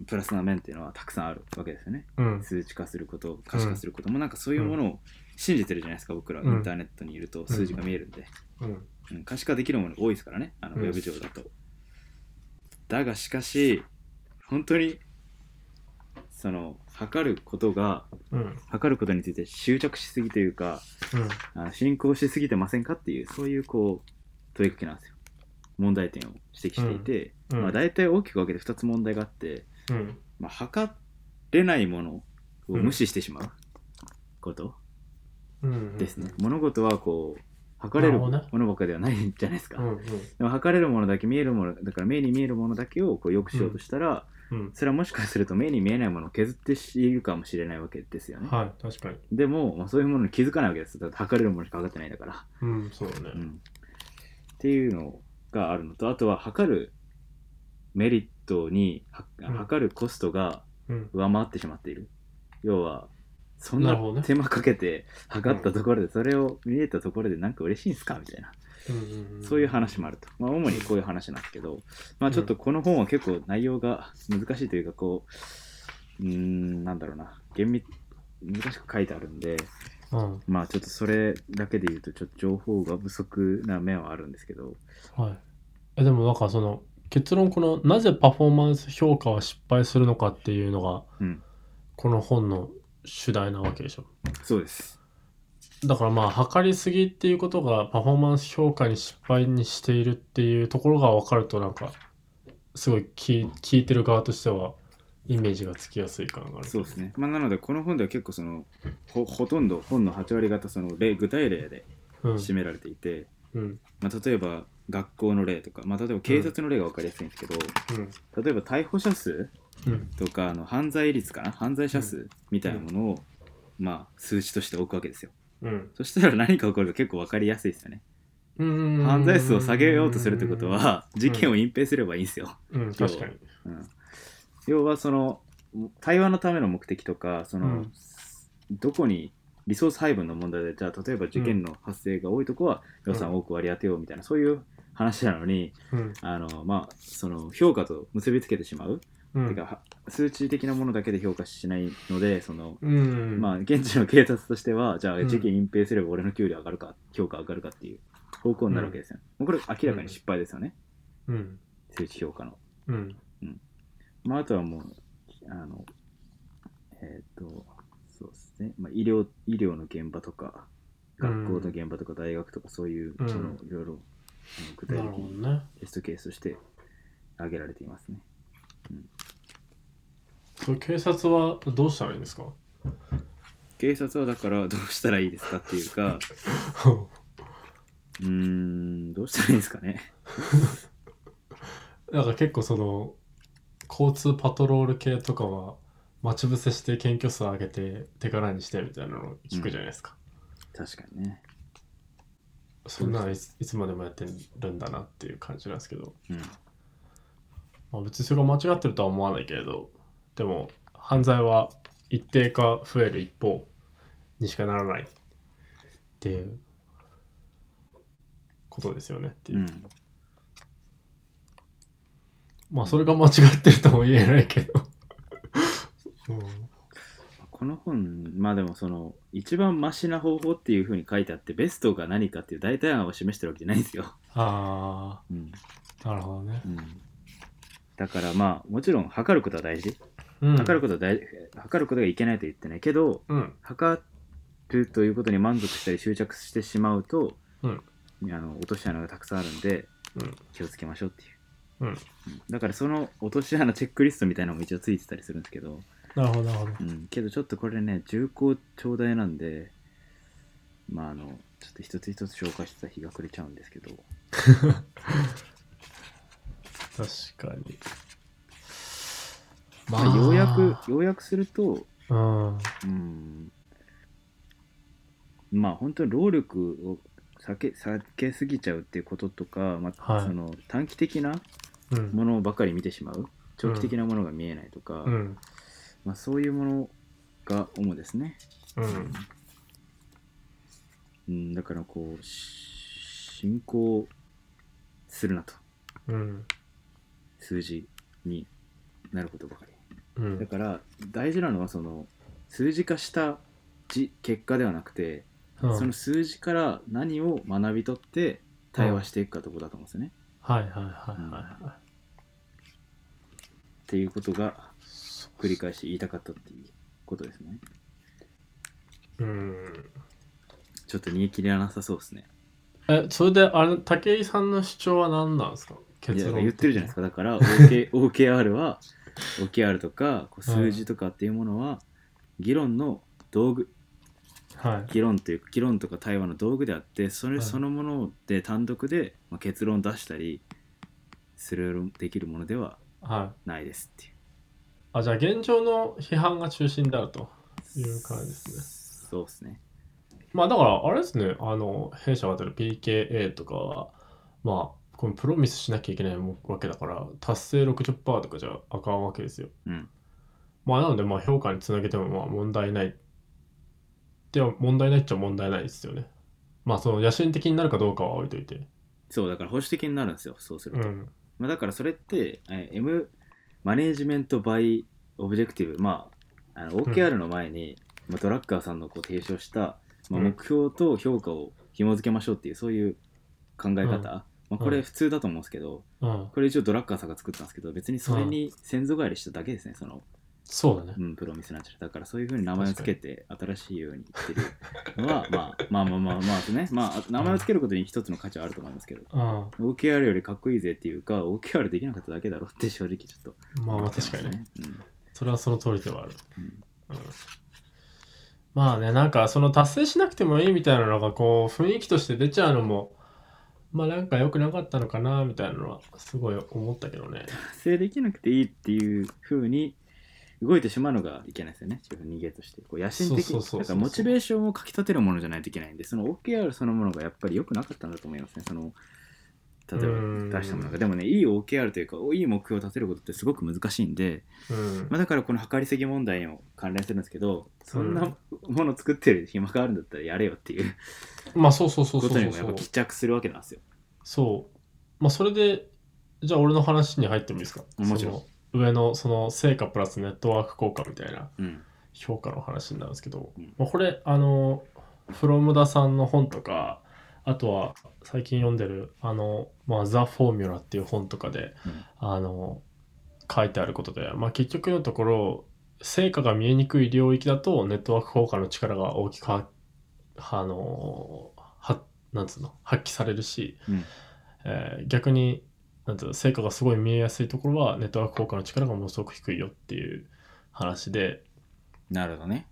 Speaker 1: う、プラスな面っていうのはたくさんあるわけですよね。
Speaker 2: うん。
Speaker 1: 数値化すること可視化することも、なんかそういうものを信じてるじゃないですか、僕らイ
Speaker 2: うん
Speaker 1: ンターネットにいると数字が見えるんで、
Speaker 2: うん。
Speaker 1: うん可視化できるものが多いですからねあの
Speaker 2: う
Speaker 1: ウ
Speaker 2: ん
Speaker 1: ェブ上だと、だがしかし本当にその測ることが
Speaker 2: うん。
Speaker 1: 測ることについて執着しすぎというか
Speaker 2: うん。
Speaker 1: あの進行しすぎてませんかっていうそういうこう問いかけなんですよ問題点を指摘していて、
Speaker 2: うんうん
Speaker 1: まあ、大体大きく分けて2つ問題があって、
Speaker 2: うん。
Speaker 1: まあ、測れないものを無視してしまうこと
Speaker 2: うん。
Speaker 1: ですね。。物事はこう測れる
Speaker 2: なるほ
Speaker 1: も
Speaker 2: どね
Speaker 1: のばかりではないじゃないですか。
Speaker 2: うん。うん。
Speaker 1: でも測れるものだけ見えるものだから目に見えるものだけをこう良くしようとしたら、
Speaker 2: うん。
Speaker 1: それはもしかすると目に見えないものを削っているかもしれないわけですよね。
Speaker 2: はい。確かに。
Speaker 1: でも、まあ、そういうものに気づかないわけです。だって測れるものしか測ってないんだから。
Speaker 2: うん。そうだ
Speaker 1: う
Speaker 2: ね。
Speaker 1: ん、っていうのがあるのとあとは測るメリットには
Speaker 2: うん
Speaker 1: 測るコストが、
Speaker 2: うん。
Speaker 1: 上回ってしまっている要はそん
Speaker 2: な
Speaker 1: な
Speaker 2: るほどね
Speaker 1: 手間かけて測ったところでそれを見えたところでなんか嬉しいんすかみたいな
Speaker 2: うん。
Speaker 1: そういう。話もあると、まあ、主にこういう話なんですけど、まあ、ちょっとこの本は結構内容が難しいというかこううーんなんだろうな厳密難しく書いてあるんで
Speaker 2: うん。
Speaker 1: まあちょっとそれだけで言うとちょっと情報が不足な面はあるんですけど
Speaker 2: はい、えでもなんかその結論このなぜパフォーマンス評価は失敗するのかっていうのが、
Speaker 1: うん
Speaker 2: この本の主題なわけでしょ
Speaker 1: そうです
Speaker 2: だからまあ測りすぎっていうことがパフォーマンス評価に失敗にしているっていうところが分かるとなんかすごい聞い聞いてる側としてはイメージがつきやすい感がある
Speaker 1: そうですね、まあ、なのでこの本では結構そのほほとんど本の8割方その例具体例で
Speaker 2: うん
Speaker 1: 占められていて、
Speaker 2: うん
Speaker 1: まあ、例えば学校の例とか、まあ、例えば警察の例が分かりやすいんですけど、例えば逮捕者数
Speaker 2: うん
Speaker 1: とかあの犯罪率かな犯罪者数みたいなものを、まあ、数値として置くわけですよ
Speaker 2: うん
Speaker 1: そしたら何が起こるか結構分かりやすいですよね
Speaker 2: うん
Speaker 1: 犯罪数を下げようとするってことは事件を隠蔽すればいいんですよ、
Speaker 2: うん確かに
Speaker 1: うん、要はその対話のための目的とかその、
Speaker 2: うん
Speaker 1: どこにリソース配分の問題でじゃあ例えば事件の発生が多いとこは予算を多く割り当てようみたいな、そういう話なのに、
Speaker 2: うん
Speaker 1: あのまあその評価と結びつけてしまう、
Speaker 2: うん
Speaker 1: てかは数値的なものだけで評価しないのでその、
Speaker 2: うん
Speaker 1: まあ現地の警察としてはじゃ
Speaker 2: う
Speaker 1: あ
Speaker 2: ん
Speaker 1: 事件隠蔽すれば俺の給料上がるか評価上がるかっていう方向になるわけですよ、ねもうこれ明らかに失敗ですよね、
Speaker 2: うん
Speaker 1: 数値評価の、
Speaker 2: うん
Speaker 1: まあ、あとはもうあのえっ、とそうですね、まあ、医療医療の現場とか学校の現場とか大学とかそういう
Speaker 2: うん
Speaker 1: そのいろいろあの具体
Speaker 2: な
Speaker 1: 的
Speaker 2: るほど
Speaker 1: に
Speaker 2: ね
Speaker 1: テストケースとして挙げられていますね
Speaker 2: それ警察はどうしたらいいんですか
Speaker 1: 警察はだからどうしたらいいですかっていうかうーんどうしたらいいんですかね
Speaker 2: なんか結構その交通パトロール系とかは待ち伏せして検挙数上げて手柄にしてみたいなのを聞くじゃないですか、
Speaker 1: 確かにね
Speaker 2: そんなのいついつまでもやってるんだなっていう感じなんですけど、
Speaker 1: うん。
Speaker 2: まあ、別にそれが間違ってるとは思わないけれどでも犯罪は一定か増える一方にしかならないっていうことですよねっていうう、
Speaker 1: ん。
Speaker 2: まあそれが間違ってるとも言えないけど、うん
Speaker 1: この本、まあでもその、一番マシな方法っていうふうに書いてあって、ベストが何かっていう大体案を示してるわけじゃないんですよ。
Speaker 2: あ
Speaker 1: うん。
Speaker 2: あなるほどね、
Speaker 1: うん。だからまあ、もちろん測ることは大事。
Speaker 2: うん、
Speaker 1: 測ることは大、測ることがいけないと言ってないけど、
Speaker 2: うん
Speaker 1: 測るということに満足したり執着してしまうと、
Speaker 2: うん
Speaker 1: あの落とし穴がたくさんあるんで、
Speaker 2: うん
Speaker 1: 気をつけましょうっていう、
Speaker 2: うん
Speaker 1: だからその落とし穴チェックリストみたいなのも一応ついてたりするんですけど、
Speaker 2: なるほどなるほど
Speaker 1: うん、けどちょっとこれね重厚長大なんでまああのちょっと一つ一つ紹介してた日が暮れちゃうんですけど
Speaker 2: 確かに
Speaker 1: まあようやく要約すると
Speaker 2: うん
Speaker 1: うんまあ本当に労力を避け避けすぎちゃうっていうこととか、まあ
Speaker 2: はい
Speaker 1: その短期的な
Speaker 2: うん
Speaker 1: ものばかり見てしまう長期的なものが見えないとか、
Speaker 2: うん
Speaker 1: まあ、そういうものが主ですね、
Speaker 2: うん
Speaker 1: うん、だからこうし進行するなと
Speaker 2: うん
Speaker 1: 数字になることばかり
Speaker 2: う
Speaker 1: だ
Speaker 2: ん
Speaker 1: から大事なのはその数字化したじ結果ではなくて
Speaker 2: うん
Speaker 1: その数字から何を学び取って対話していくかとこだと思うんですよね。
Speaker 2: はいはいはいはいはい
Speaker 1: っていうことが繰り返し言いたかったっていうことですね。
Speaker 2: うん
Speaker 1: ちょっと煮え切れなさそうですね。
Speaker 2: えそれであれ武井さんの主張は何なんですか
Speaker 1: い
Speaker 2: 結
Speaker 1: や
Speaker 2: 論
Speaker 1: 言ってるじゃないですか。だから OK OKR は OKR とかこう数字とかっていうものは議論の道具
Speaker 2: かはい
Speaker 1: 議論という議論とか対話の道具であってそれ
Speaker 2: はい
Speaker 1: そのもので単独でまあ結論を出したりするできるものでは
Speaker 2: はい
Speaker 1: ないですっていう。
Speaker 2: あじゃあ現状の批判が中心であるという感じですね
Speaker 1: そうですね。
Speaker 2: まあだからあれですね、あの弊社が出る PKA とかは、まあ、このプロミスしなきゃいけないわけだから、達成60%とかじゃあかんわけですよ。
Speaker 1: うん
Speaker 2: まあなので、まあ評価につなげてもまあ問題ない。では問題ないっちゃ問題ないですよね。まあその野心的になるかどうかは置いといて。
Speaker 1: そうだから保守的になるんですよそうする
Speaker 2: う
Speaker 1: と。
Speaker 2: ん。
Speaker 1: まあ、だからそれって、えー M マネージメント・バイ・オブジェクティブ、まあ、あの OKR の前に、まあ、ドラッカーさんのこう提唱した、まあ、
Speaker 2: うん
Speaker 1: 目標と評価を紐付けましょうっていうそういう考え方、
Speaker 2: うん
Speaker 1: まあ、これ普通だと思うんですけど、
Speaker 2: うん。
Speaker 1: これ一応ドラッカーさんが作ったんですけど別にそれに先祖返りしただけですねその、
Speaker 2: そうだね
Speaker 1: う。ん、プロミスなんちゃらだからそういうふうに名前をつけて新しいように言ってるのは、 まあ、まあまあまあまあね、まあ、名前をつけることに一つの価値はあると思いますけど
Speaker 2: うん。ま
Speaker 1: OKR よりかっこいいぜっていうか OKR できなかっただけだろって正直ちょっと
Speaker 2: あまあ確かにね。
Speaker 1: うん
Speaker 2: それはその通りではある。うんまあね、なんかその達成しなくてもいいみたいなのがこう雰囲気として出ちゃうのも、まあなんか良くなかったのかなみたいなのはすごい思ったけどね。
Speaker 1: 達成できなくていいっていうふうに動いてしまうのがいけないですよね自分の逃げとしてこう野心的
Speaker 2: そうそうそうそう
Speaker 1: だからモチベーションをかきたてるものじゃないといけないんでその OKR そのものがやっぱり良くなかったんだと思いますねその例
Speaker 2: うーん
Speaker 1: えば出したものがでもねいい OKR というかいい目標を立てることってすごく難しいんで、
Speaker 2: うん。
Speaker 1: まあ、だからこの測りすぎ問題にも関連するんですけどそん
Speaker 2: う
Speaker 1: なんもの作ってる暇があるんだったらやれよっていう
Speaker 2: まあそうそうそう
Speaker 1: こ
Speaker 2: そ
Speaker 1: と
Speaker 2: う
Speaker 1: に
Speaker 2: そう
Speaker 1: もやっぱ
Speaker 2: そう。
Speaker 1: 帰着するわけなんですよ
Speaker 2: そう。まあそれで、じゃあ俺の話に入ってもいいですか
Speaker 1: もちろん
Speaker 2: その上のその成果プラスネットワーク効果みたいな
Speaker 1: うん
Speaker 2: 評価の話になるんですけど、
Speaker 1: うん
Speaker 2: まあ、これあのフロムダさんの本とかあとは最近読んでるあの、まあ、ザ・フォーミュラっていう本とかで、あの書いてあることで、まあ、結局のところ成果が見えにくい領域だとネットワーク効果の力が大きくはあのはなんつうの発揮されるし、
Speaker 1: うん
Speaker 2: えー逆になんつうの成果がすごい見えやすいところはネットワーク効果の力がものすごく低いよっていう話で、
Speaker 1: なるほどね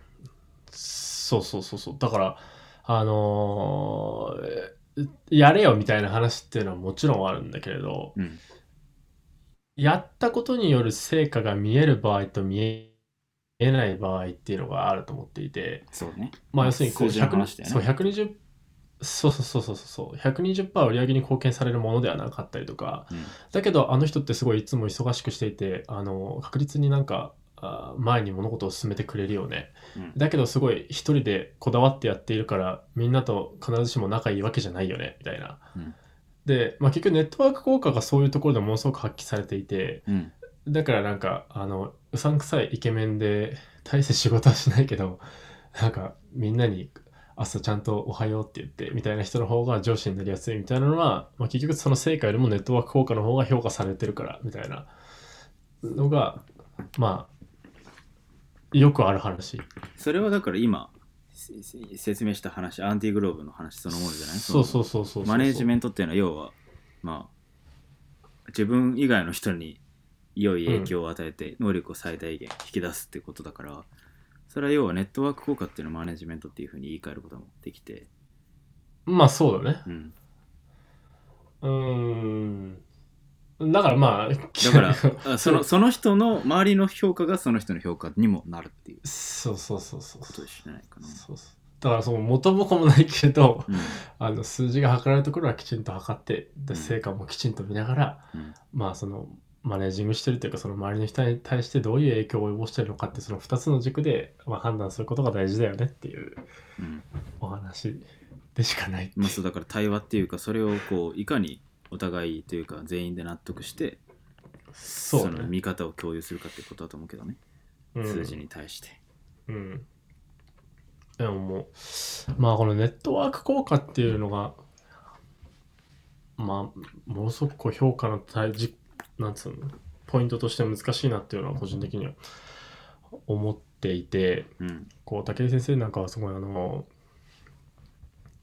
Speaker 2: そうそうそうそうだからあのーやれよみたいな話っていうのはもちろんあるんだけれど
Speaker 1: うん
Speaker 2: やったことによる成果が見える場合と見えない場合っていうのがあると思っていて
Speaker 1: そうね
Speaker 2: まあ要するにこう
Speaker 1: 数字の話
Speaker 2: 100
Speaker 1: だよね
Speaker 2: そう120そうそうそうそうそう120%売り上げに貢献されるものではなかったりとか
Speaker 1: うん
Speaker 2: だけどあの人ってすごいいつも忙しくしていてあの確実になんかあー前に物事を進めてくれるよね
Speaker 1: うん
Speaker 2: だけどすごい一人でこだわってやっているからみんなと必ずしも仲いいわけじゃないよねみたいな、
Speaker 1: うん
Speaker 2: で、まあ、結局ネットワーク効果がそういうところでものすごく発揮されていて
Speaker 1: うん
Speaker 2: だからなんかあのうさんくさいイケメンで大して仕事はしないけど なんかみんなに朝ちゃんと「おはよう」って言ってみたいな人の方が上司になりやすいみたいなのは、まあ、結局その成果よりもネットワーク効果の方が評価されてるからみたいなのがまあよくある話
Speaker 1: それはだから今せせ説明した話アンティグローブの話そのものじゃない
Speaker 2: そう
Speaker 1: う
Speaker 2: そうそうそうそう
Speaker 1: マネージメントっていうのは要はまあ自分以外の人に良い影響を与えて能力を最大限引き出すってことだから、それは要はネットワーク効果っていうのをマネージメントっていうふうに言い換えることもできて、
Speaker 2: まあそうだね
Speaker 1: うん、
Speaker 2: うーんだからまあ
Speaker 1: だ からあそのその人の周りの評価がその人の評価にもなるっていう
Speaker 2: そうそうそうそう
Speaker 1: こ
Speaker 2: そ
Speaker 1: と
Speaker 2: う
Speaker 1: じゃないかな、
Speaker 2: そうそうだからその元も子もないけど
Speaker 1: うん
Speaker 2: あの数字が測られるところはきちんと測って
Speaker 1: う
Speaker 2: で
Speaker 1: ん
Speaker 2: 成果もきちんと見ながら、
Speaker 1: うん
Speaker 2: まあそのマネージングしてるというかその周りの人に対してどういう影響を及ぼしてるのかってその2つの軸で、まあ、判断することが大事だよねっていう
Speaker 1: うん
Speaker 2: お話でしかないっていう
Speaker 1: まあ、そうだから対話っていうかそれをこういかにお互いというか全員で納得して
Speaker 2: そうね
Speaker 1: の見方を共有するかってことだと思うけどね、
Speaker 2: うん
Speaker 1: 数字に対して、
Speaker 2: うん。でももう、まあこのネットワーク効果っていうのが、まあ、ものすごくこう評価の大事、なんつうの、ポイントとして難しいなっていうのは個人的には思っていて、
Speaker 1: うん
Speaker 2: こう、武井先生なんかはすごいあの、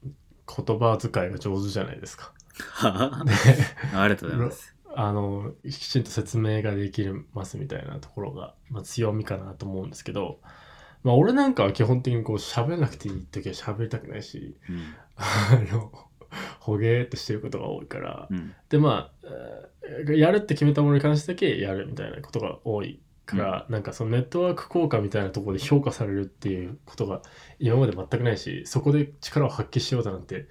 Speaker 2: 言葉遣いが上手じゃないですか。
Speaker 1: は
Speaker 2: で
Speaker 1: あありがとうございま す
Speaker 2: あのきちんと説明ができますみたいなところが、まあ、強みかなと思うんですけど、まあ、俺なんかは基本的にこう喋らなくていい時は喋りたくないし
Speaker 1: うん
Speaker 2: あのほげーっとしてることが多いから
Speaker 1: うん
Speaker 2: でまあえーやるって決めたものに関してだけやるみたいなことが多いから、なんかそのネットワーク効果みたいなところで評価されるっていうことが今まで全くないしそこで力を発揮しようだなんて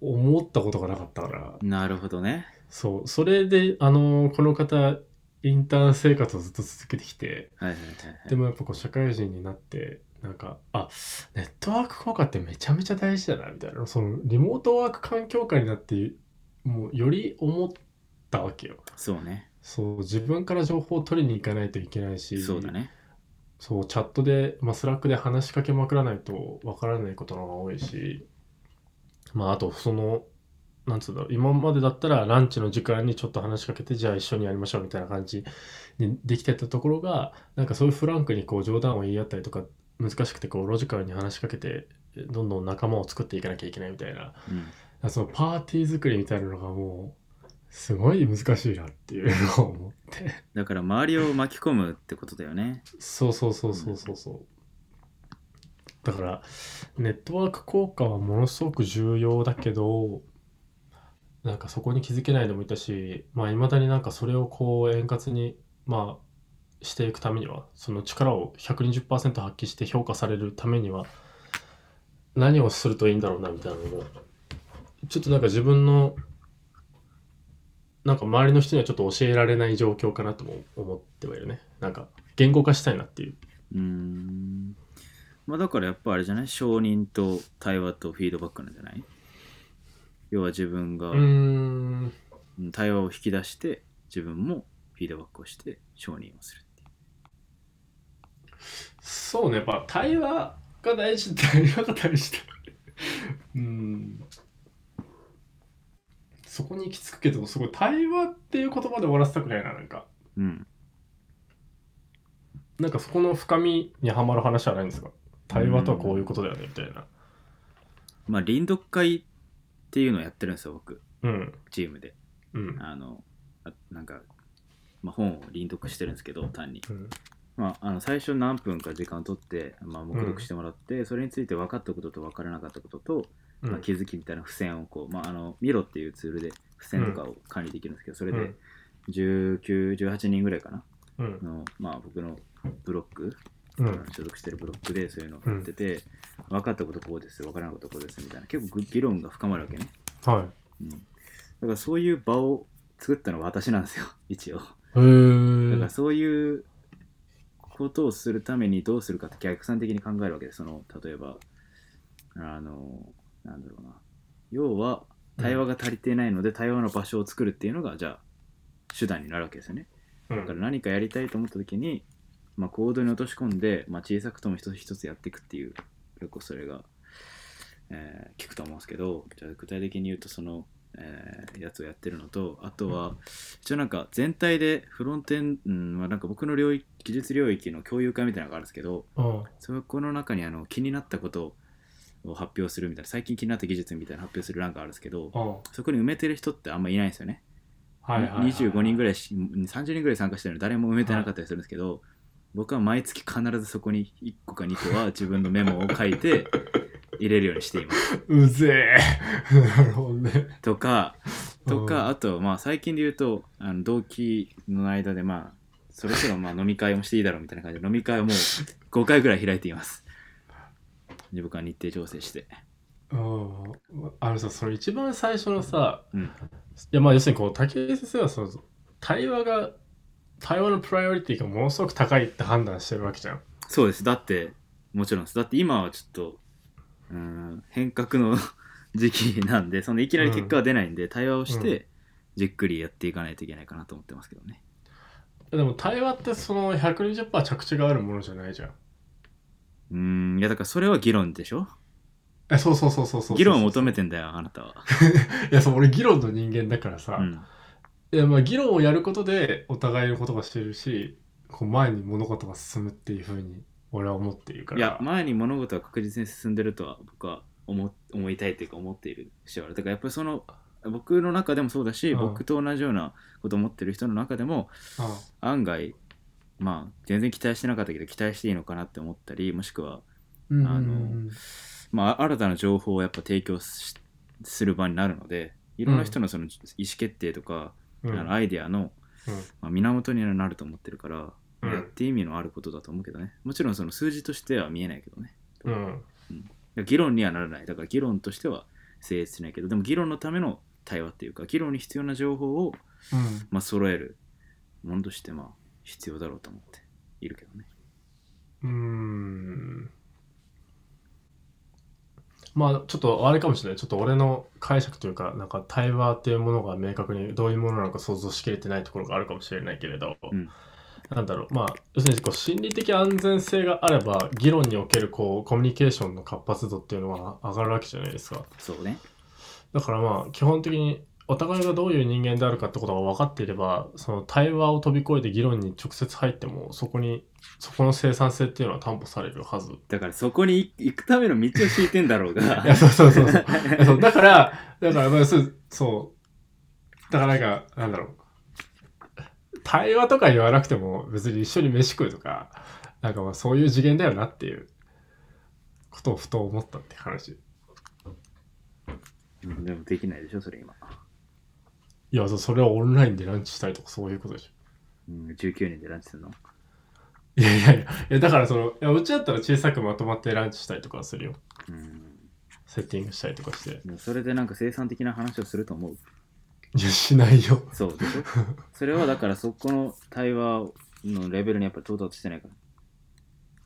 Speaker 2: 思ったことがなかったから。
Speaker 1: なるほどね
Speaker 2: そう、それで、あのーこの方、インターン生活をずっと続けてきて、
Speaker 1: はいはいはいはい
Speaker 2: でもやっぱこう社会人になって、なんか、あ、ネットワーク効果ってめちゃめちゃ大事だな、みたいな、そのリモートワーク環境下になって、もうより思ったわけよ。
Speaker 1: そうね
Speaker 2: そう、自分から情報を取りに行かないといけないし、
Speaker 1: そうだね
Speaker 2: そう、チャットで、まあ、スラックで話しかけまくらないとわからないことの方が多いし、まあ、あと、その、なんつうんだろう、今までだったらランチの時間にちょっと話しかけて、じゃあ一緒にやりましょうみたいな感じにできてたところが、なんかそういうフランクにこう冗談を言い合ったりとか、難しくてこうロジカルに話しかけて、どんどん仲間を作っていかなきゃいけないみたいな、
Speaker 1: うん
Speaker 2: そのパーティー作りみたいなのがもう、すごい難しいなっていうのを思って。
Speaker 1: だから周りを巻き込むってことだよね
Speaker 2: そうそうそうそうそうそう。だからネットワーク効果はものすごく重要だけどなんかそこに気づけないのもいたしまあいまだになんかそれをこう円滑にまあしていくためにはその力を120%発揮して評価されるためには何をするといいんだろうなみたいなのもちょっとなんか自分のなんか周りの人にはちょっと教えられない状況かなとも思ってはいるねなんか言語化したいなっていう
Speaker 1: うーんまあだからやっぱあれじゃない承認と対話とフィードバックなんじゃない要は自分が、
Speaker 2: うーん
Speaker 1: うん対話を引き出して自分もフィードバックをして承認をするっていう
Speaker 2: そうねやっぱ対話が大事対話が大事だうーんそこに行き着くけどすごい対話っていう言葉で終わらせたくないななんか
Speaker 1: うん
Speaker 2: なんかそこの深みにはまる話はないんですか対話とはこういうことだよねみたいな
Speaker 1: まあ臨読会っていうのをやってるんですよ僕
Speaker 2: うん
Speaker 1: チームで
Speaker 2: うん
Speaker 1: あのあなんか、まあ、本を臨読してるんですけど単に、
Speaker 2: うん
Speaker 1: まあ、あの最初何分か時間を取って、まあ、目読してもらって、それについて分かったことと分からなかったことと、
Speaker 2: う
Speaker 1: まあ、
Speaker 2: ん
Speaker 1: 気づきみたいな付箋をこう、まあ、あのミロっていうツールで付箋とかを管理できるんですけどそれ
Speaker 2: う
Speaker 1: で
Speaker 2: ん
Speaker 1: 1918人ぐらいかな
Speaker 2: うん
Speaker 1: の、まあ、僕のブロック
Speaker 2: うん。
Speaker 1: 所属してるブロックでそういうのをやってて、分かったことこうです分からなかったことこうですみたいな結構議論が深まるわけね、
Speaker 2: は
Speaker 1: うん、だからそういう場を作ったのは私なんですよ 一応
Speaker 2: い。へ
Speaker 1: だから
Speaker 2: ー。
Speaker 1: そういうことをするためにどうするかって逆算的に考えるわけですその例えばあのなんだろうな要は対話が足りていないので対話の場所を作るっていうのがじゃあ手段になるわけですよね
Speaker 2: う
Speaker 1: だから
Speaker 2: ん。
Speaker 1: 何かやりたいと思った時に、まあ、行動に落とし込んで、まあ、小さくとも一つ一つやっていくっていう結構それが、えー効くと思うんですけどじゃあ具体的に言うとその、えーやつをやってるのとあとは一応なんか全体でフロントエンド、うんまあ、なんか僕の領域技術領域の共有会みたいなのがあるんですけど
Speaker 2: うん。
Speaker 1: そこの中にあの気になったことを発表するみたいな最近気になった技術みたいなの発表する欄があるんですけど
Speaker 2: うん。
Speaker 1: そこに埋めてる人ってあんまいないんですよね
Speaker 2: はいはい、はい。
Speaker 1: 25人ぐらいし30人ぐらい参加してるのに誰も埋めてなかったりするんですけど、僕は毎月必ずそこに1個か2個は自分のメモを書いて入れるようにしています
Speaker 2: うぜえ。 なるほどね。
Speaker 1: とかと
Speaker 2: うん
Speaker 1: かあとまあ最近で言うとあの同期の間でまあそろそろまあ飲み会もしていいだろうみたいな感じで飲み会をもう5回ぐらい開いていますで僕は日程調整して
Speaker 2: うん、あのさその一番最初のさ、
Speaker 1: うん
Speaker 2: いやまあ要するにこう武井先生はその対話が対話のプライオリティがものすごく高いって判断してるわけじゃん。
Speaker 1: そうですだってもちろんですだって今はちょっとうーん変革の 時期なんでそのいきなり結果は出ないんで、対話をしてじっくりやっていかないといけないかなと思ってますけどね
Speaker 2: でも対話ってその120%着地があるものじゃないじゃん。
Speaker 1: うーんいやだからそれは議論でしょ
Speaker 2: えそうそうそうそうそうそうそう
Speaker 1: 議論を求めてんだよあなたは、
Speaker 2: いやそう俺議論の人間だからさ、
Speaker 1: うん、
Speaker 2: いやまあ議論をやることでお互いのことが知るしこう前に物事が進むっていうふうに俺は思っているか
Speaker 1: い
Speaker 2: ら
Speaker 1: や前に物事は確実に進んでるとは僕は思思いたいというか思っている節はあるだからやっぱりその僕の中でもそうだし、
Speaker 2: うん
Speaker 1: 僕と同じようなことを思ってる人の中でも
Speaker 2: あ
Speaker 1: 案外まあ全然期待してなかったけど期待していいのかなって思ったりもしくは、
Speaker 2: うんうん
Speaker 1: あのまあ、新たな情報をやっぱ提供しする場になるのでいろんな人のその意思決定とか、
Speaker 2: うんうん
Speaker 1: あのアイデアの、
Speaker 2: うん
Speaker 1: まあ、源になると思ってるから、
Speaker 2: うん
Speaker 1: やって意味のあることだと思うけどねもちろんその数字としては見えないけどね
Speaker 2: うん
Speaker 1: 議論にはならないだから議論としては成立しないけどでも議論のための対話っていうか議論に必要な情報を、
Speaker 2: うん
Speaker 1: まあ揃えるものとしてまあ必要だろうと思っているけどね。
Speaker 2: うーんまあちょっとあれかもしれないちょっと俺の解釈というかなんか対話っていうものが明確にどういうものなのか想像しきれてないところがあるかもしれないけれど、
Speaker 1: うん
Speaker 2: なんだろうまあ要するにこう心理的安全性があれば議論におけるこうコミュニケーションの活発度っていうのは上がるわけじゃないですか
Speaker 1: そうね
Speaker 2: だからまあ基本的にお互いがどういう人間であるかってことが分かっていればその対話を飛び越えて議論に直接入ってもそこにそこの生産性っていうのは担保されるはず
Speaker 1: だからそこに行くための道を敷いてんだろう
Speaker 2: いや、
Speaker 1: が。
Speaker 2: そうそうそうそう。そうだから、だから、まあ、そう、そう。だからなんか、なんだろう。対話とか言わなくても、別に一緒に飯食うとか、なんかまあそういう次元だよなっていうことをふと思ったって話。
Speaker 1: でもできないでしょ、それ今。
Speaker 2: いや、そうそれはオンラインでランチしたいとかそういうことでしょ。
Speaker 1: うん、19人でランチするの。
Speaker 2: いやいやいや、いやだからその、いやうちだったら小さくまとまってランチしたりとかはするよ。
Speaker 1: うん。
Speaker 2: セッティングしたりとかして。
Speaker 1: でもそれでなんか生産的な話をすると思う。
Speaker 2: いや、しないよ。
Speaker 1: そうでしょそれはだからそこの対話のレベルにやっぱ到達してないか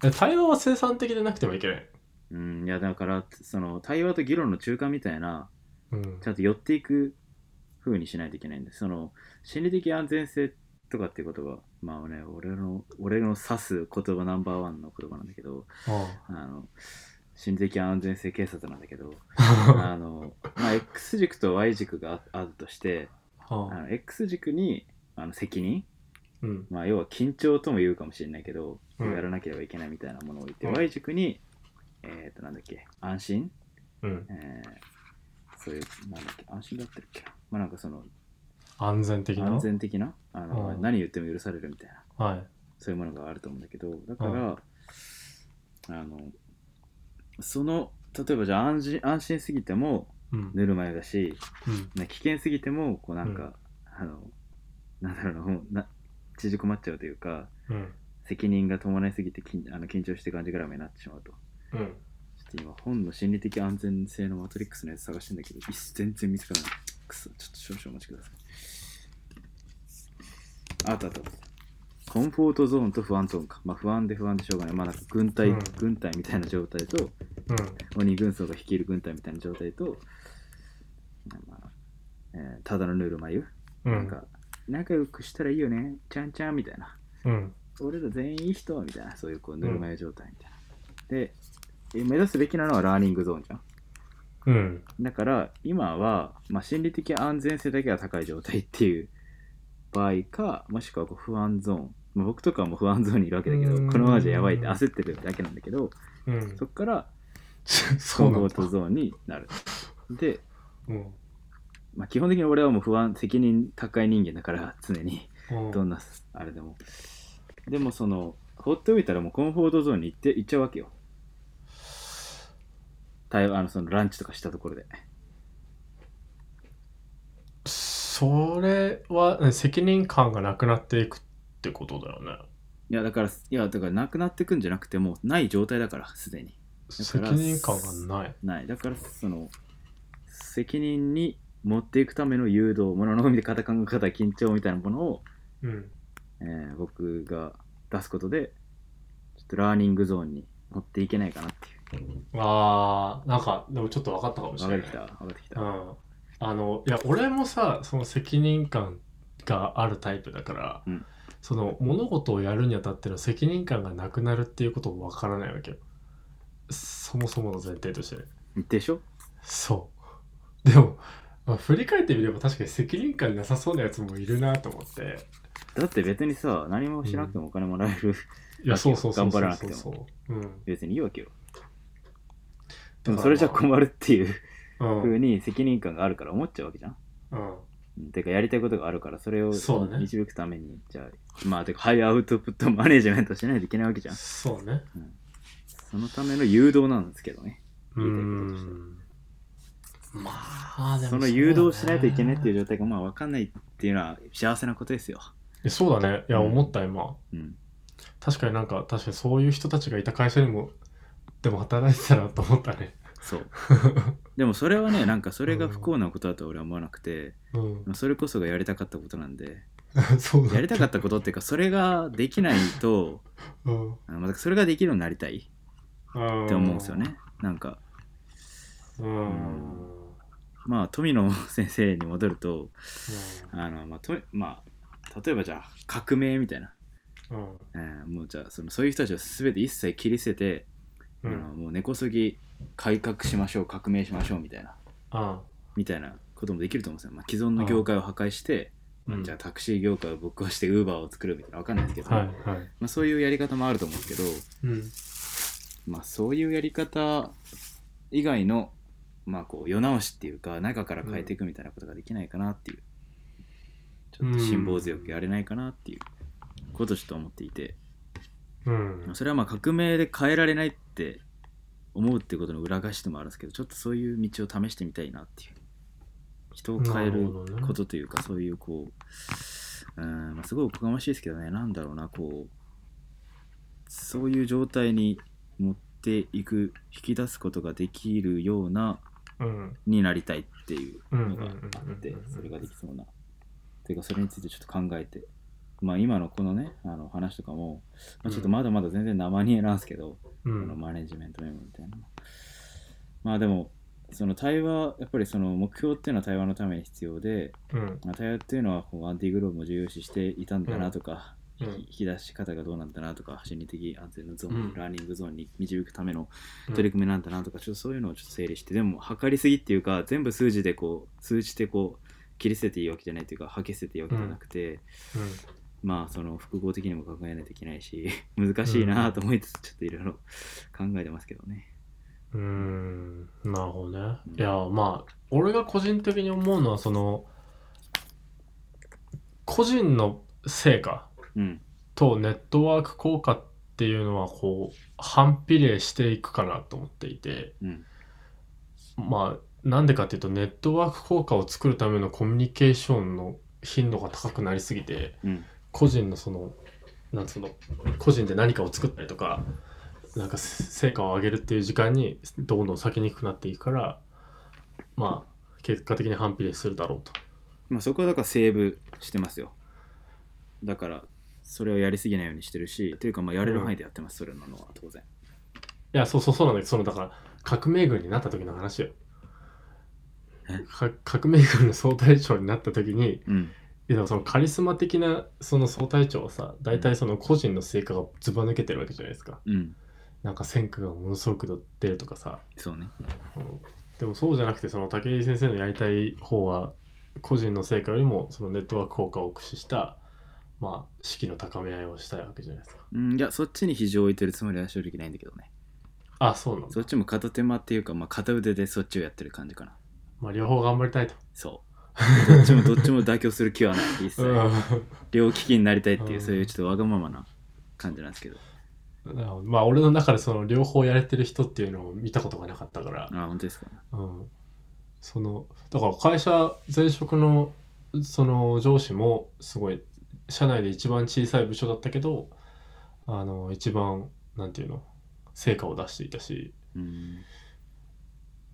Speaker 1: ら。
Speaker 2: いや対話は生産的でなくてもいけない。
Speaker 1: うん、いやだから、その対話と議論の中間みたいな、
Speaker 2: うん
Speaker 1: ち。ゃんと寄っていく風にしないといけないんです。その、心理的安全性とかっていう言葉、まあね、俺の、俺の指す言葉ナンバーワンの言葉なんだけど、
Speaker 2: あ
Speaker 1: あの、心理的安全性警察なんだけ ど、
Speaker 2: あ
Speaker 1: あの、まあ、X 軸と Y 軸がああるとして、あ
Speaker 2: ああ
Speaker 1: の X 軸にあの責任、
Speaker 2: うん。
Speaker 1: まあ、要は緊張とも言うかもしれないけど、
Speaker 2: うん
Speaker 1: やらなければいけないみたいなものを置いて、
Speaker 2: うん
Speaker 1: Y 軸に、えっ、と、なんだっけ、安心、
Speaker 2: うん。
Speaker 1: えーそういう、なんだっけ、安心だってるっけなまあ、なんかその、
Speaker 2: 安全的な
Speaker 1: 安全的な、あの
Speaker 2: うん
Speaker 1: 何言っても許されるみたいな、
Speaker 2: はい。
Speaker 1: そういうものがあると思うんだけど、だから、あの、その、例えばじゃあ安心安心すぎても
Speaker 2: うん。
Speaker 1: ぬるま湯だし、
Speaker 2: うん。
Speaker 1: ね、危険すぎてもこうなんか、あのなんだろうなもうな縮こまっちゃうというか
Speaker 2: うん。
Speaker 1: 責任が伴いすぎて緊あの緊張して感じがらめになってしまうと。ちょ
Speaker 2: うん。
Speaker 1: っと今、本の心理的安全性のマトリックスのやつ探してんだけど、いっ全然見つからない。くそ、ちょっと少々お待ちください。あったあったあった。コンフォートゾーンと不安ゾーンか。まあ不安で不安でしょうがない。まあなんか軍隊、
Speaker 2: うん
Speaker 1: 軍隊みたいな状態と、
Speaker 2: う
Speaker 1: 鬼軍曹が率いる軍隊みたいな状態と、まあえーただのぬるま湯、
Speaker 2: ん。う
Speaker 1: なん
Speaker 2: ん。
Speaker 1: か仲良くしたらいいよねちゃんちゃんみたいな
Speaker 2: うん。
Speaker 1: 俺ら全員いい人みたいなそういうこうぬるま湯状態みたいな、でえ目指すべきなのはラーニングゾーンじゃん
Speaker 2: うん。
Speaker 1: だから今は、まあ、心理的安全性だけが高い状態っていう場合かもしくはこう不安ゾーンまあ僕とかはもう不安ゾーンにいるわけだけど
Speaker 2: うん
Speaker 1: このままじゃやばいって焦ってるだけなんだけど
Speaker 2: うん。
Speaker 1: そっからコ
Speaker 2: そう
Speaker 1: ン
Speaker 2: な
Speaker 1: フ
Speaker 2: ん
Speaker 1: ォ
Speaker 2: だ
Speaker 1: ー。トゾーンになるで
Speaker 2: うん。
Speaker 1: まあ、基本的に俺はもう不安責任高い人間だから常に
Speaker 2: うん
Speaker 1: どんなあれでもでもその放っておいたらもうコンフォートゾーンに行って行っちゃうわけよ台あのそのランチとかしたところで
Speaker 2: それはね責任感がなくなっていくってことだよね。
Speaker 1: いやだからいやだからなくなってくんじゃなくてもうない状態だからすでに
Speaker 2: 責
Speaker 1: ら
Speaker 2: 任感がない。
Speaker 1: ないだからその責任に持っていくための誘導物の見で方考え方緊張みたいなものを、
Speaker 2: うん。
Speaker 1: えー僕が出すことでちょっとラーニングゾーンに持っていけないかなっていう
Speaker 2: あー、なんか、でもちょっと分かったかもし
Speaker 1: 上
Speaker 2: れ
Speaker 1: が
Speaker 2: な
Speaker 1: っ
Speaker 2: い
Speaker 1: て。きた、上がってき
Speaker 2: う
Speaker 1: た。
Speaker 2: ん。あの、いや、俺もさ、その責任感があるタイプだから、
Speaker 1: うん
Speaker 2: その物事をやるにあたっての責任感がなくなるっていうことも分からないわけよ。そもそもの前提としてね。
Speaker 1: でしょ
Speaker 2: そう。でも、まあ振り返ってみれば確かに責任感なさそうなやつもいるなと思って。
Speaker 1: だって別にさ、何もしなくてもお金もらえる。
Speaker 2: いや、そうそうそ
Speaker 1: 頑
Speaker 2: うそ
Speaker 1: 張ら
Speaker 2: う
Speaker 1: なくて
Speaker 2: そう
Speaker 1: も
Speaker 2: そう。うん。
Speaker 1: 別にいいわけよ。でもそれじゃ困るっていう
Speaker 2: うん。う
Speaker 1: 風に責任感があるから思っちゃうわけじゃん。
Speaker 2: ん。
Speaker 1: うんてかやりたいことがあるからそれを
Speaker 2: そうだね
Speaker 1: 導くためにじゃあまあてかハイアウトプットマネージメントしないといけないわけじゃん
Speaker 2: そうね。
Speaker 1: そのための誘導なんですけどね
Speaker 2: う
Speaker 1: 言いたいこととして
Speaker 2: ん。まあ、でも
Speaker 1: その
Speaker 2: うだね
Speaker 1: 誘導しないといけないっていう状態がまあ分かんないっていうのは幸せなことですよ
Speaker 2: えそうだね。いや、思った今。
Speaker 1: うん
Speaker 2: 確かになんか、確かにそういう人たちがいた会社にも、でも働いてたなと思ったね。
Speaker 1: そう でもそれはねなんかそれが不幸なことだとは俺は思わなくて
Speaker 2: うん。
Speaker 1: まあそれこそがやりたかったことなんで
Speaker 2: そうだ
Speaker 1: やりたかったことっていうかそれができないと
Speaker 2: うん。
Speaker 1: あのまたそれができるようになりたいって思うんですよねなんか
Speaker 2: うん。
Speaker 1: まあ富野先生に戻ると
Speaker 2: う
Speaker 1: あの、まあとまあ、例えばじゃあ革命みたいな、
Speaker 2: ん。うん。
Speaker 1: うんもうじゃあそのそういう人たちを全て一切切り捨てて、
Speaker 2: う
Speaker 1: あ
Speaker 2: ん
Speaker 1: の。もう根こそぎ改革しましょう革命しましょうみたいな
Speaker 2: あ
Speaker 1: みたいなこともできると思うんですよ、まあ、既存の業界を破壊して、
Speaker 2: うん
Speaker 1: じゃあタクシー業界をぶっ壊してウーバーを作るみたいなわかんないですけど、
Speaker 2: はいはい。
Speaker 1: まあ、そういうやり方もあると思うんですけど、
Speaker 2: うん。
Speaker 1: まあ、そういうやり方以外の、まあ、こう世直しっていうか中から変えていくみたいなことができないかなっていう、
Speaker 2: うん
Speaker 1: ちょっと辛抱強くやれないかなっていうことをちょっと思っていて、
Speaker 2: うん。
Speaker 1: それはまあ革命で変えられないって思うってことの裏返しでもあるんですけどちょっとそういう道を試してみたいなっていう人を変え
Speaker 2: なる
Speaker 1: る
Speaker 2: ほどね
Speaker 1: ことというか、そういうこううん、まあ、すごいおこがましいですけどねなんだろうなこうそういう状態に持っていく引き出すことができるような
Speaker 2: うん。
Speaker 1: になりたいっていう
Speaker 2: うん
Speaker 1: のがあってそれができそうなというかそれについてちょっと考えてまあ今のこのねあの話とかも、まあ、ちょっとまだまだ全然生煮えなんですけど、
Speaker 2: う
Speaker 1: この
Speaker 2: ん。
Speaker 1: マネジメントメモみたいなのまあでもその対話やっぱりその目標っていうのは対話のために必要で
Speaker 2: うん。
Speaker 1: まあ対話っていうのはこうアンティグローブも重要視していたんだなとか、
Speaker 2: うん
Speaker 1: 引き引き出し方がどうなんだなとか心理的安全のゾーン、
Speaker 2: うん
Speaker 1: ラーニングゾーンに導くための取り組みなんだなとか、ちょっとそういうのをちょっと整理してでも測りすぎっていうか全部数字でこう数値でこう切り捨てていいわけじゃないというかはけ捨てていいわけじゃなくて、まあその複合的にも考えないといけないし 難しいなと思いつつちょっといろいろ考えてますけどね。
Speaker 2: うん。うん。なるほどね。いや、まあ、俺が個人的に思うのは、その、個人の成果
Speaker 1: うん
Speaker 2: とネットワーク効果っていうのは、こう、反比例していくかなと思っていて、
Speaker 1: うん
Speaker 2: まあ、なんでかっていうと、ネットワーク効果を作るためのコミュニケーションの頻度が高くなりすぎて、
Speaker 1: うん
Speaker 2: 個人のそのなんつうの個人で何かを作ったりとかなんかせ成果を上げるっていう時間にどんどん避けにくくなっていくからまあ結果的に反比例するだろうと
Speaker 1: まあ、そこはだからセーブしてますよだからそれをやりすぎないようにしてるしというかまあやれる範囲でやってますそれなのは当然
Speaker 2: いや、そうそうそうなんだけど、そのだから、革命軍になった時の話よ
Speaker 1: え。
Speaker 2: か革命軍の総隊長になった時に、
Speaker 1: うん
Speaker 2: いやそのカリスマ的なその総隊長はさ、大体その個人の成果がずば抜けてるわけじゃないですか。
Speaker 1: うん
Speaker 2: なんか戦果がものすごく出るとかさ。
Speaker 1: そうね
Speaker 2: うんでもそうじゃなくて、その武井先生のやりたい方は、個人の成果よりもそのネットワーク効果を駆使した、まあ、士気の高め合いをしたいわけじゃないですか。
Speaker 1: うんいやそっちに肘を置いてるつもりは正直ないんだけどね
Speaker 2: あ、そうなんだ
Speaker 1: そっ。ちも片手間っていうかまあ片腕でそっちをやってる感じかな
Speaker 2: まあ、両方頑張りたいと。
Speaker 1: そうどっちもどっちも妥協する気はない一切
Speaker 2: うん
Speaker 1: 両利きになりたいっていううんそういうちょっとわがままな感じなんですけど
Speaker 2: なるほどまあ俺の中でその両方やれてる人っていうのを見たことがなかったから、
Speaker 1: あ本当ですか
Speaker 2: うん、そのだから会社前職のその上司もすごい社内で一番小さい部署だったけどあの一番なんていうの成果を出していたし
Speaker 1: うん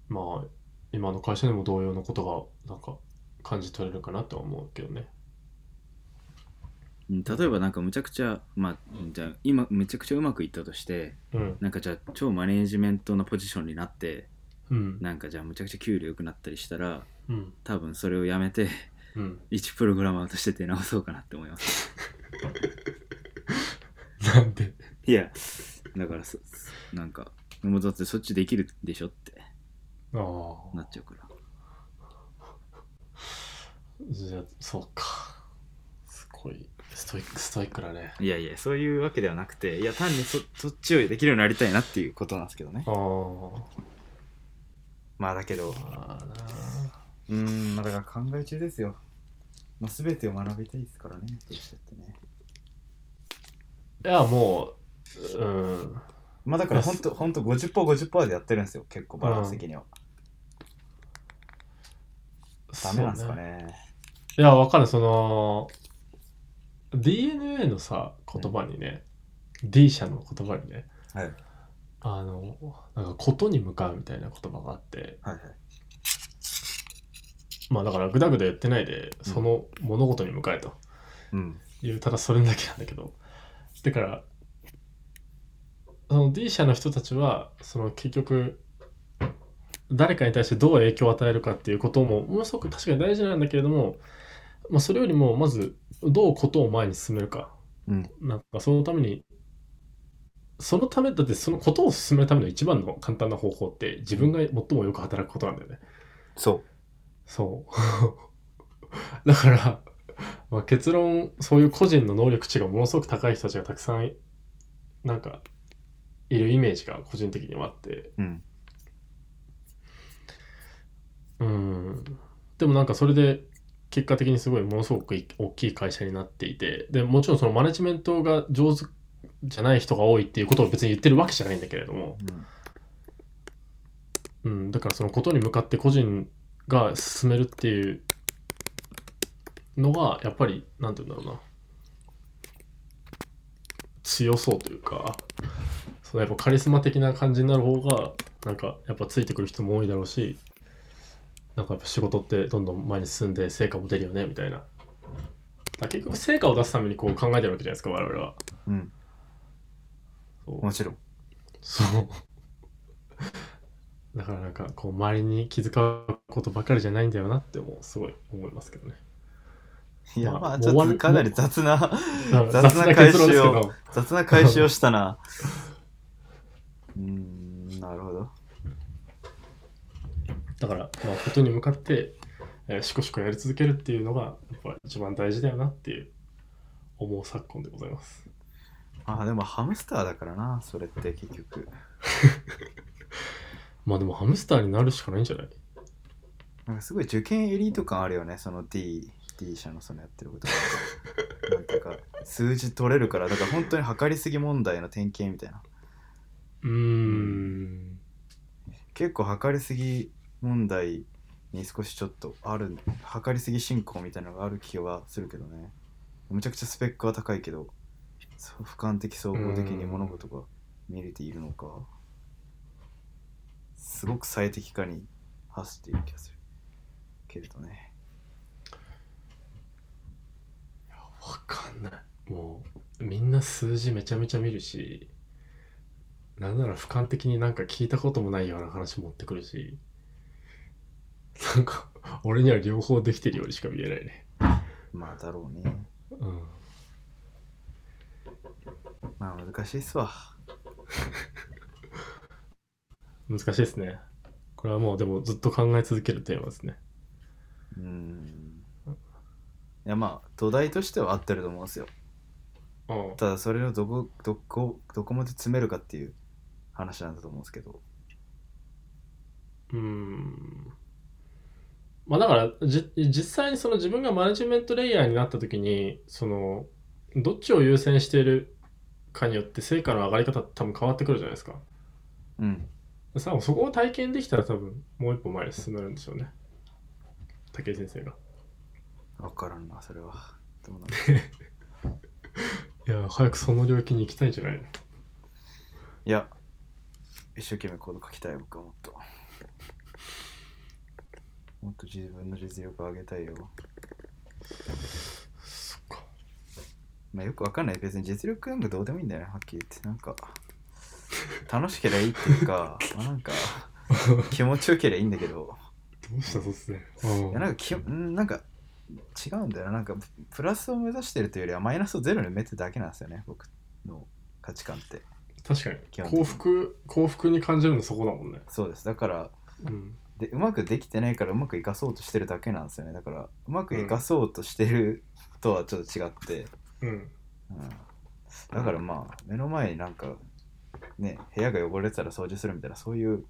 Speaker 2: まあ今の会社でも同様のことがなんか感じ取れるかなとは思うけどね
Speaker 1: うん例えばなんかむちゃくちゃまあじゃあ今むちゃくちゃうまくいったとして
Speaker 2: うん
Speaker 1: なんかじゃあ超マネジメントのポジションになって
Speaker 2: うん
Speaker 1: なんかじゃあむちゃくちゃ給料良くなったりしたら
Speaker 2: うん
Speaker 1: 多分それをやめて
Speaker 2: うん
Speaker 1: 一プログラマーとして出直そうかなって思います
Speaker 2: なんで
Speaker 1: いやだからそなんかもうだってそっちできるでしょって
Speaker 2: ああ
Speaker 1: なっちゃうから
Speaker 2: じゃあそうかすごいストイックストイックだね
Speaker 1: いやいやそういうわけではなくていや単にそそっちをできるようになりたいなっていうことなんですけどね
Speaker 2: ああ
Speaker 1: まあだけど
Speaker 2: まあな
Speaker 1: うーんまあだから考え中ですよまあ全てを学びたいですからねどうしたってね
Speaker 2: いやもううん
Speaker 1: まあだから本当本当50%、50%でやってるんですよ、結構バランス的には。ダメなんですか
Speaker 2: そう
Speaker 1: ね。
Speaker 2: いやわかるその DNA のさ言葉にね、D 社の言葉にね
Speaker 1: はい
Speaker 2: あのなんかことに向かうみたいな言葉があって
Speaker 1: はいはい。
Speaker 2: まあだからグダグダ言ってないでその物事に向かえと
Speaker 1: うん。
Speaker 2: いうただそれだけなんだけどだからその D 社の人たちはその結局誰かに対してどう影響を与えるかっていうこともものすごく確かに大事なんだけれども、まあ、それよりもまずどうことを前に進めるか、
Speaker 1: うん
Speaker 2: なんかそのためにそのためだってそのことを進めるための一番の簡単な方法って自分が最もよく働くことなんだよね。
Speaker 1: そ
Speaker 2: そう。 だから、まあ、結論、そういう個人の能力値がものすごく高い人たちがたくさんい、なんか、いるイメージが個人的にはあって、
Speaker 1: う。うん。
Speaker 2: うん。でもなんかそれで、結果的にすごいものすごくい大きい会社になっていて、で、もちろんそのマネジメントが上手じゃない人が多いっていうことを別に言ってるわけじゃないんだけれども、うん、だからそのことに向かって個人が進めるっていうのがやっぱりなんて言うんだろうな強そうというかそのやっぱカリスマ的な感じになる方がなんかやっぱついてくる人も多いだろうしなんかやっぱ仕事ってどんどん前に進んで成果も出るよねみたいなだから結局成果を出すためにこう考えてるわけじゃないですか我々は
Speaker 1: うん。
Speaker 2: そう
Speaker 1: もちろん。
Speaker 2: そう。 だからなんかこう周りに気遣うことばかりじゃないんだよなってもうすごい思いますけどね。
Speaker 1: いや、
Speaker 2: まあ
Speaker 1: まあ、
Speaker 2: もう
Speaker 1: ちょっ
Speaker 2: 終わ
Speaker 1: と
Speaker 2: る
Speaker 1: かなり雑な、
Speaker 2: 雑
Speaker 1: な回収を
Speaker 2: 結論です
Speaker 1: 雑な返しをしたな。うーん、なるほど。
Speaker 2: けど。だからまあことに向かって、えー、しこしこやり続けるっていうのがやっぱ一番大事だよなっていう思う昨今でございます。
Speaker 1: ああ、でもハムスターだからな、それって結局。
Speaker 2: まあでもハムスターになるしかないんじゃない
Speaker 1: なんかすごい受験エリート感あるよね、その D、D 社のそのやってること が。なんていうか、数字取れるから、だから本当に測りすぎ問題の典型みたいな。
Speaker 2: うーん。
Speaker 1: 結構測りすぎ問題に少しちょっとある測りすぎ進行みたいなのがある気はするけどねむちゃくちゃスペックは高いけどそう俯瞰的総合的に物事が見れているのか、すごく最適化に走っている気がするけれどね
Speaker 2: わかんないもうみんな数字めちゃめちゃ見るしなんなら俯瞰的になんか聞いたこともないような話持ってくるしなんか俺には両方できてるようにしか見えないね
Speaker 1: まあだろうね
Speaker 2: うん
Speaker 1: まあ難しいっすわ
Speaker 2: 難しいですねこれはもうでもずっと考え続けるテーマですね
Speaker 1: うーんいやまあ土台としては合ってると思うんですよ
Speaker 2: うん
Speaker 1: ただそれをどこどこどこまで詰めるかっていう話なんだと思うんですけど
Speaker 2: うーんまあだからじ実際にその自分がマネジメントレイヤーになった時にそのどっちを優先しているかによって成果の上がり方って多分変わってくるじゃないですか
Speaker 1: うん
Speaker 2: さあそこを体験できたら多分もう一歩前に進めるんでしょうね武井先生が
Speaker 1: 分からんなそれはどうなんだ
Speaker 2: いや早くその領域に行きたいんじゃないの
Speaker 1: いや、一生懸命コード書きたい、僕はもっと。もっと自分の実力を上げたいよ。
Speaker 2: そっか
Speaker 1: まあ、よくわかんない。別に実力なんかどうでもいいんだよね、はっきり言って。なんか、楽しければいいっていう か、まあ、なんか、気持ちよければいいんだけど、
Speaker 2: どうしたそうっすね
Speaker 1: いやなんかき、うんなんか、違うんだよな。なんか、プラスを目指してるというよりは、マイナスをゼロに埋めてるだけなんですよね、僕の価値観って。
Speaker 2: 確かに
Speaker 1: 基本的に
Speaker 2: 幸福幸福に感じるのそこだもんね
Speaker 1: そうです。だから、
Speaker 2: うん
Speaker 1: でうまくできてないからうまく生かそうとしてるだけなんですよねだからうまく生かそうとしてるとはちょっと違って、
Speaker 2: うん
Speaker 1: うん、だからまあ目の前になんかね部屋が汚れてたら掃除するみたいなそういう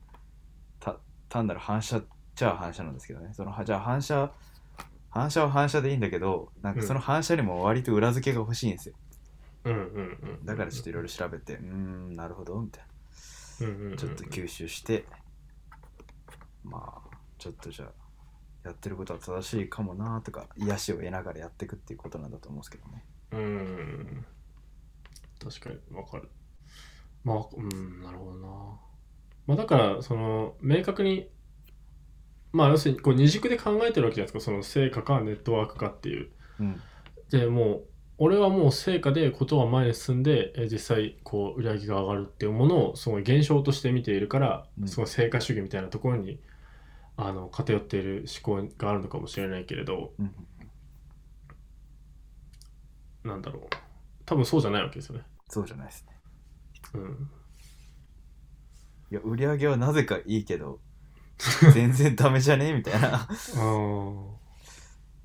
Speaker 1: た単なる反射っちゃ反射なんですけどねそのはじゃあ反射反射は反射でいいんだけどなんかその反射にも割と裏付けが欲しいんですよ
Speaker 2: うんうんうん
Speaker 1: だからちょっといろいろ調べてうーんなるほどみたいな
Speaker 2: うんうんうんうん
Speaker 1: ちょっと吸収して、まあ、ちょっとじゃあ、やってることは正しいかもなとか、癒しを得ながらやっていくっていうことなんだと思うんですけどね。
Speaker 2: うん確かにわかるまあうんなるほどなまあだからその明確にまあ要するにこう二軸で考えてるわけじゃないですかその成果かネットワークかっていう
Speaker 1: うん。
Speaker 2: でもう俺はもう成果でことは前に進んでえー実際こう売り上げが上がるっていうものをその現象として見ているから、
Speaker 1: うん
Speaker 2: その成果主義みたいなところにあの偏っている思考があるのかもしれないけれど
Speaker 1: うん、
Speaker 2: なんだろう多分そうじゃないわけですよね。
Speaker 1: そうじゃないですね。
Speaker 2: うん、
Speaker 1: いや、売り上げはなぜかいいけ ど、全然ダメじゃねえみたいな。
Speaker 2: あー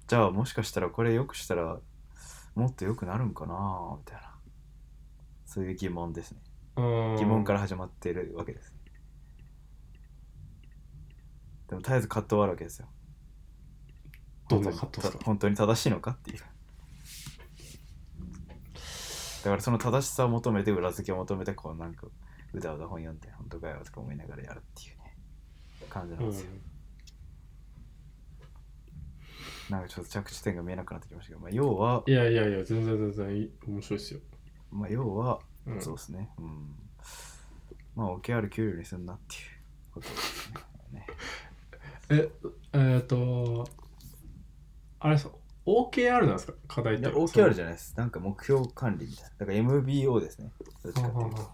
Speaker 1: じゃあ、もしかしたらこれ良くしたら、もっと良くなるんかなみたいな。そういう疑問ですね。
Speaker 2: うん
Speaker 1: 疑問から始まっているわけです。でも、絶えず葛藤はあるわけですよ。
Speaker 2: どんな葛藤ですか
Speaker 1: 本当に正しいのかっていうだからその正しさを求めて裏付けを求めてこうなんかうだうだ本読んで本当かよとか思いながらやるっていうね感じなんですよ、なんかちょっと着地点が見えなくなってきましたけど、まあ、要は
Speaker 2: うん、いやいやいや全然全然いい面白いですよ。
Speaker 1: まあ要は、
Speaker 2: うん
Speaker 1: そうですねうんまあけある給料にすんなっていうことですねね
Speaker 2: ええー、とあれそう OKR なんですか課題っ
Speaker 1: い
Speaker 2: て
Speaker 1: や OKR じゃないですなんか目標管理みたいなだから MBO ですねどっちかっていうと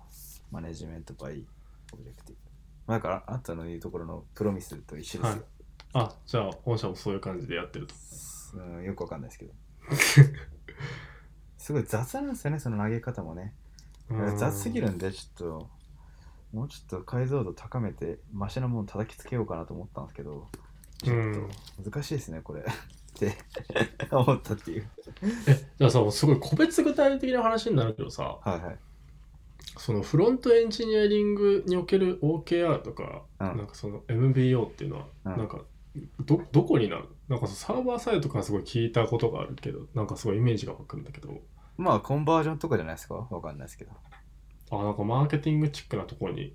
Speaker 1: マネジメントバイオブジェクティブ。だから、あなたの言うところのプロミスと一緒
Speaker 2: はいあじゃあ本社もそういう感じでやってると
Speaker 1: ですよ。うん、よくわかんないですけど。 すごい雑なんですよね、その投げ方もね。雑すぎるんで、ちょっと、もうちょっと解像度高めて、マシなもの叩きつけようかなと思ったんですけど、ちょ
Speaker 2: うん
Speaker 1: っと難しいですね、これ。 って思ったっていう。
Speaker 2: じゃあさすごい個別具体的な話になるけどさ
Speaker 1: はいはい。
Speaker 2: そのフロントエンジニアリングにおける OKR とか、
Speaker 1: うん
Speaker 2: なんかその MBO っていうのは、
Speaker 1: うん
Speaker 2: なんかどどこになるなんかそのサーバーサイドとかすごい聞いたことがあるけどなんかすごいイメージが湧くんだけど
Speaker 1: まあ、コンバージョンとかじゃないですかわかんないですけど。
Speaker 2: あなんかマーケティングチックなところに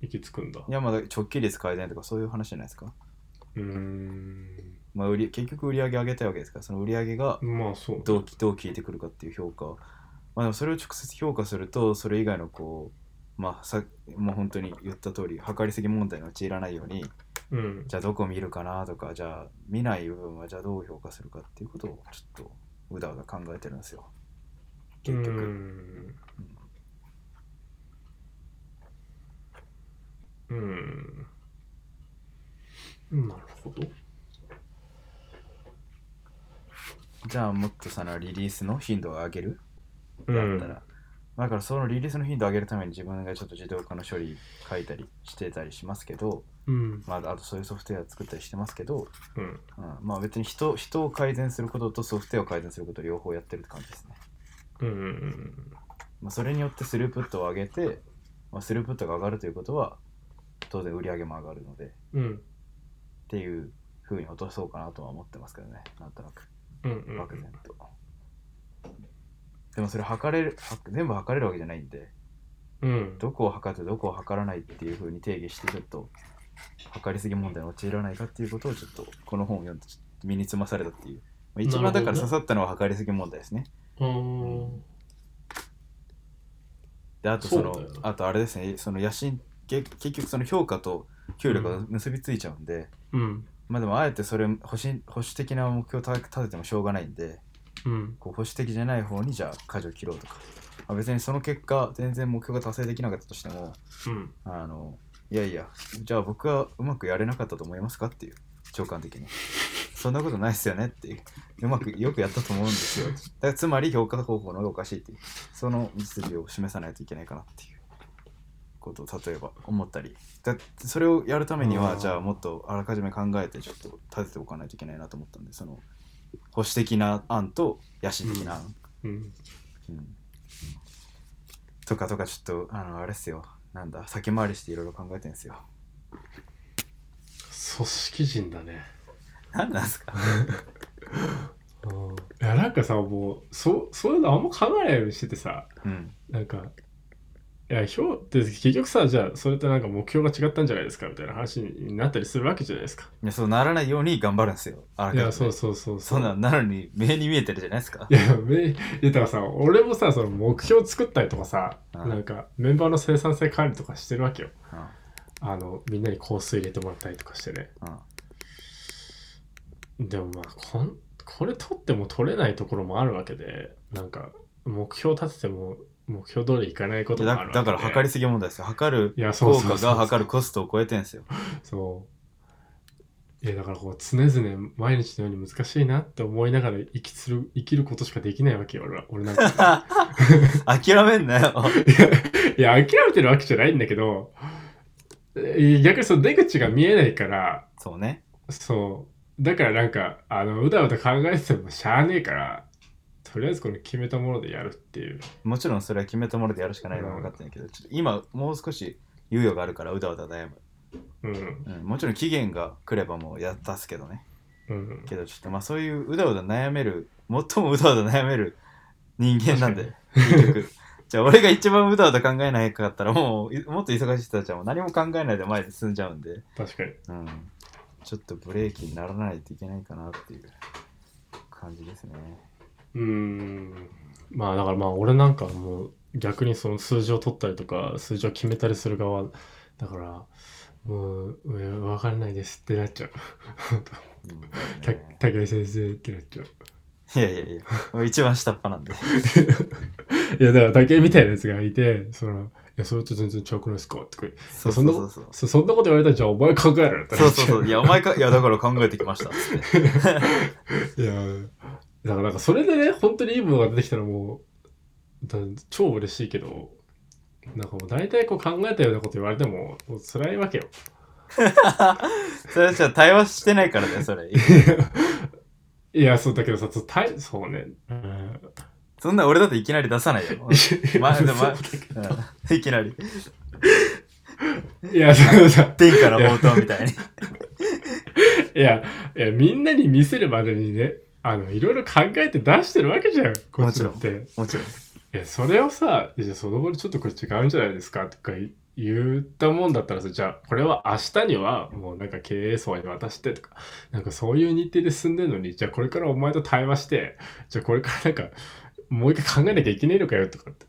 Speaker 2: 行き着くんだ
Speaker 1: いや、まだ直帰率改善とかそういう話じゃないですか。
Speaker 2: うーん
Speaker 1: まあ、売り結局売り上げ上げたいわけですから、その売り上げが
Speaker 2: まあそう
Speaker 1: どうきどう効いてくるかっていう評価まあ、でもそれを直接評価するとそれ以外のこうまあさもう本当に言った通り測りすぎ問題に陥らないように
Speaker 2: うん。
Speaker 1: じゃあどこ見るかなとかじゃあ見ない部分はじゃあどう評価するかっていうことをちょっとうだうだ考えてるんですよ結局、
Speaker 2: うん。うん。なるほど。
Speaker 1: じゃあもっとそのリリースの頻度を上げる
Speaker 2: う
Speaker 1: だった
Speaker 2: ん。
Speaker 1: ら、だからそのリリースの頻度を上げるために自分がちょっと自動化の処理書いたりしてたりしますけど、
Speaker 2: うん。
Speaker 1: まあ、あとそういうソフトウェア作ったりしてますけど、
Speaker 2: うん。
Speaker 1: うん、まあ別に人人を改善することとソフトウェアを改善することを両方やってるって感じですね、
Speaker 2: うん。
Speaker 1: まあ、それによってスループットを上げて、まあ、スループットが上がるということは当然売り上げも上がるのでっ
Speaker 2: うん。
Speaker 1: ていう風に落とそうかなとは思ってますけどねなんとなく
Speaker 2: うん。
Speaker 1: 漠然と、でもそれ測れるは全部測れるわけじゃないんで
Speaker 2: うん。
Speaker 1: どこを測ってどこを測らないっていう風に定義してちょっと測りすぎ問題に陥らないかっていうことをちょっとこの本を読んでちょっと身につまされたっていう、まあ、一番だから
Speaker 2: なるほどね
Speaker 1: 刺さったのは測りすぎ問題ですね
Speaker 2: あー
Speaker 1: であとその
Speaker 2: そうだよな
Speaker 1: あとあれですねその野心け結局その評価と給料が結びついちゃうんで、
Speaker 2: うん。
Speaker 1: まあでもあえてそれ保守保守的な目標を立ててもしょうがないんで
Speaker 2: うん。
Speaker 1: こう保守的じゃない方にじゃあ舵を切ろうとか、まあ、別にその結果全然目標が達成できなかったとしても
Speaker 2: うん。
Speaker 1: あのいやいやじゃあ僕はうまくやれなかったと思いますかっていう長官的にそんなことないですよねっていううまくよくやったと思うんですよだからつまり評価方法の方がおかしいっていうその道筋を示さないといけないかなっていうことを例えば思ったりだそれをやるために
Speaker 2: あ
Speaker 1: は
Speaker 2: ー
Speaker 1: じゃあもっとあらかじめ考えてちょっと立てておかないといけないなと思ったんでその保守的な案と野心的な案、
Speaker 2: うん。
Speaker 1: うんとかとかちょっとあのあれっすよなんだ先回りしていろいろ考えてんすよ
Speaker 2: 組織人だね。
Speaker 1: 何なんすか
Speaker 2: うん。いや、なんかさ、もう、そう、そういうのあんま考えないようにしててさ、
Speaker 1: うん
Speaker 2: なんか、いや、票って結局さ、じゃあ、それってなんか目標が違ったんじゃないですかみたいな話になったりするわけじゃないですか。
Speaker 1: いやそうならないように頑張るんすよあらか
Speaker 2: い
Speaker 1: じめ
Speaker 2: や、そうそうそう
Speaker 1: そんなんなのに目に見えてるじゃないですか
Speaker 2: いや、めいやだからさ、俺もさ、その目標作ったりとかさ、
Speaker 1: うん
Speaker 2: なんかメンバーの生産性管理とかしてるわけよ。
Speaker 1: うん
Speaker 2: あの、みんなにコース入れてもらったりとかしてね。
Speaker 1: うん
Speaker 2: でもまあ、こんこれ取っても取れないところもあるわけで、なんか、目標立てても目標通りいかないこと
Speaker 1: い
Speaker 2: も
Speaker 1: や
Speaker 2: あるわ
Speaker 1: だ
Speaker 2: けで。
Speaker 1: だから測りすぎ問題ですよ測る
Speaker 2: いや、そう
Speaker 1: 効
Speaker 2: そ
Speaker 1: 果
Speaker 2: うそうそ
Speaker 1: が
Speaker 2: う
Speaker 1: 測るコストを超えてん すよ
Speaker 2: そう。いやだからこう常々毎日のように難しいなって思いながら生きつる生きることしかできないわけよ俺は俺なんか
Speaker 1: 諦めんな よ
Speaker 2: いや諦めてるわけじゃないんだけどえ逆にその出口が見えないから
Speaker 1: そうね
Speaker 2: そうだからなんかあのうだうだ考えててもしゃあねえからとりあえずこの決めたものでやるっていう
Speaker 1: もちろんそれは決めたものでやるしかないのは分かってんだけど、ちょっと今もう少し猶予があるからうだうだ悩む、
Speaker 2: うん
Speaker 1: うん、もちろん期限が来ればもうやったっすけどね
Speaker 2: うん
Speaker 1: けどちょっとまあそういううだうだ悩める最もうだうだ悩める人間なんで結局じゃあ俺が一番うだうだ考えないかったらもういもっと忙しい人たちはもう何も考えないで前に進んじゃうんで、
Speaker 2: 確かに
Speaker 1: うん、ちょっとブレーキにならないといけないかなっていう感じですね
Speaker 2: うーんまあだからまあ俺なんかもう逆にその数字を取ったりとか数字を決めたりする側だからもうえ分からないですってなっちゃう
Speaker 1: うんね
Speaker 2: た武井先生ってなっちゃう
Speaker 1: いやいやいやもう一番下っ端なんで
Speaker 2: いやだから武井みたいなやつがいてそのいやそれと全然違くないですかとか
Speaker 1: そうそ
Speaker 2: そ
Speaker 1: うん
Speaker 2: な
Speaker 1: そうそう
Speaker 2: そそんなこと言われたらじゃあお前考えろよって
Speaker 1: そ
Speaker 2: な
Speaker 1: う
Speaker 2: っち
Speaker 1: そう
Speaker 2: ゃ
Speaker 1: そういやお前かいやだから考えてきましたっつって
Speaker 2: いやだからなんかそれでね本当にいいものが出てきたらもうだ超嬉しいけどなんかもう大体こう考えたようなこと言われてももう辛いわけよ
Speaker 1: それはじゃあ対話してないからねそれ
Speaker 2: いや、そうだけどさ、そうたいそうね。うん
Speaker 1: そんな俺だっていきなり出さないよまあでもまあうんいきなり
Speaker 2: いや、そうさ、
Speaker 1: 天下の宝刀みたいに。
Speaker 2: いや、いやみんなに見せるまでにね、あの、いろいろ考えて出してるわけじゃん、こっちだって。
Speaker 1: もちろん。
Speaker 2: いや、それをさ、いや、その後ちょっとこれ違うんじゃないですかとかい言ったもんだったらさ、じゃあ、これは明日にはもうなんか経営層に渡してとか、なんかそういう日程で進んでるのに、じゃあこれからお前と対話して、じゃあこれからなんか、もう一回考えなきゃいけないのかよとかって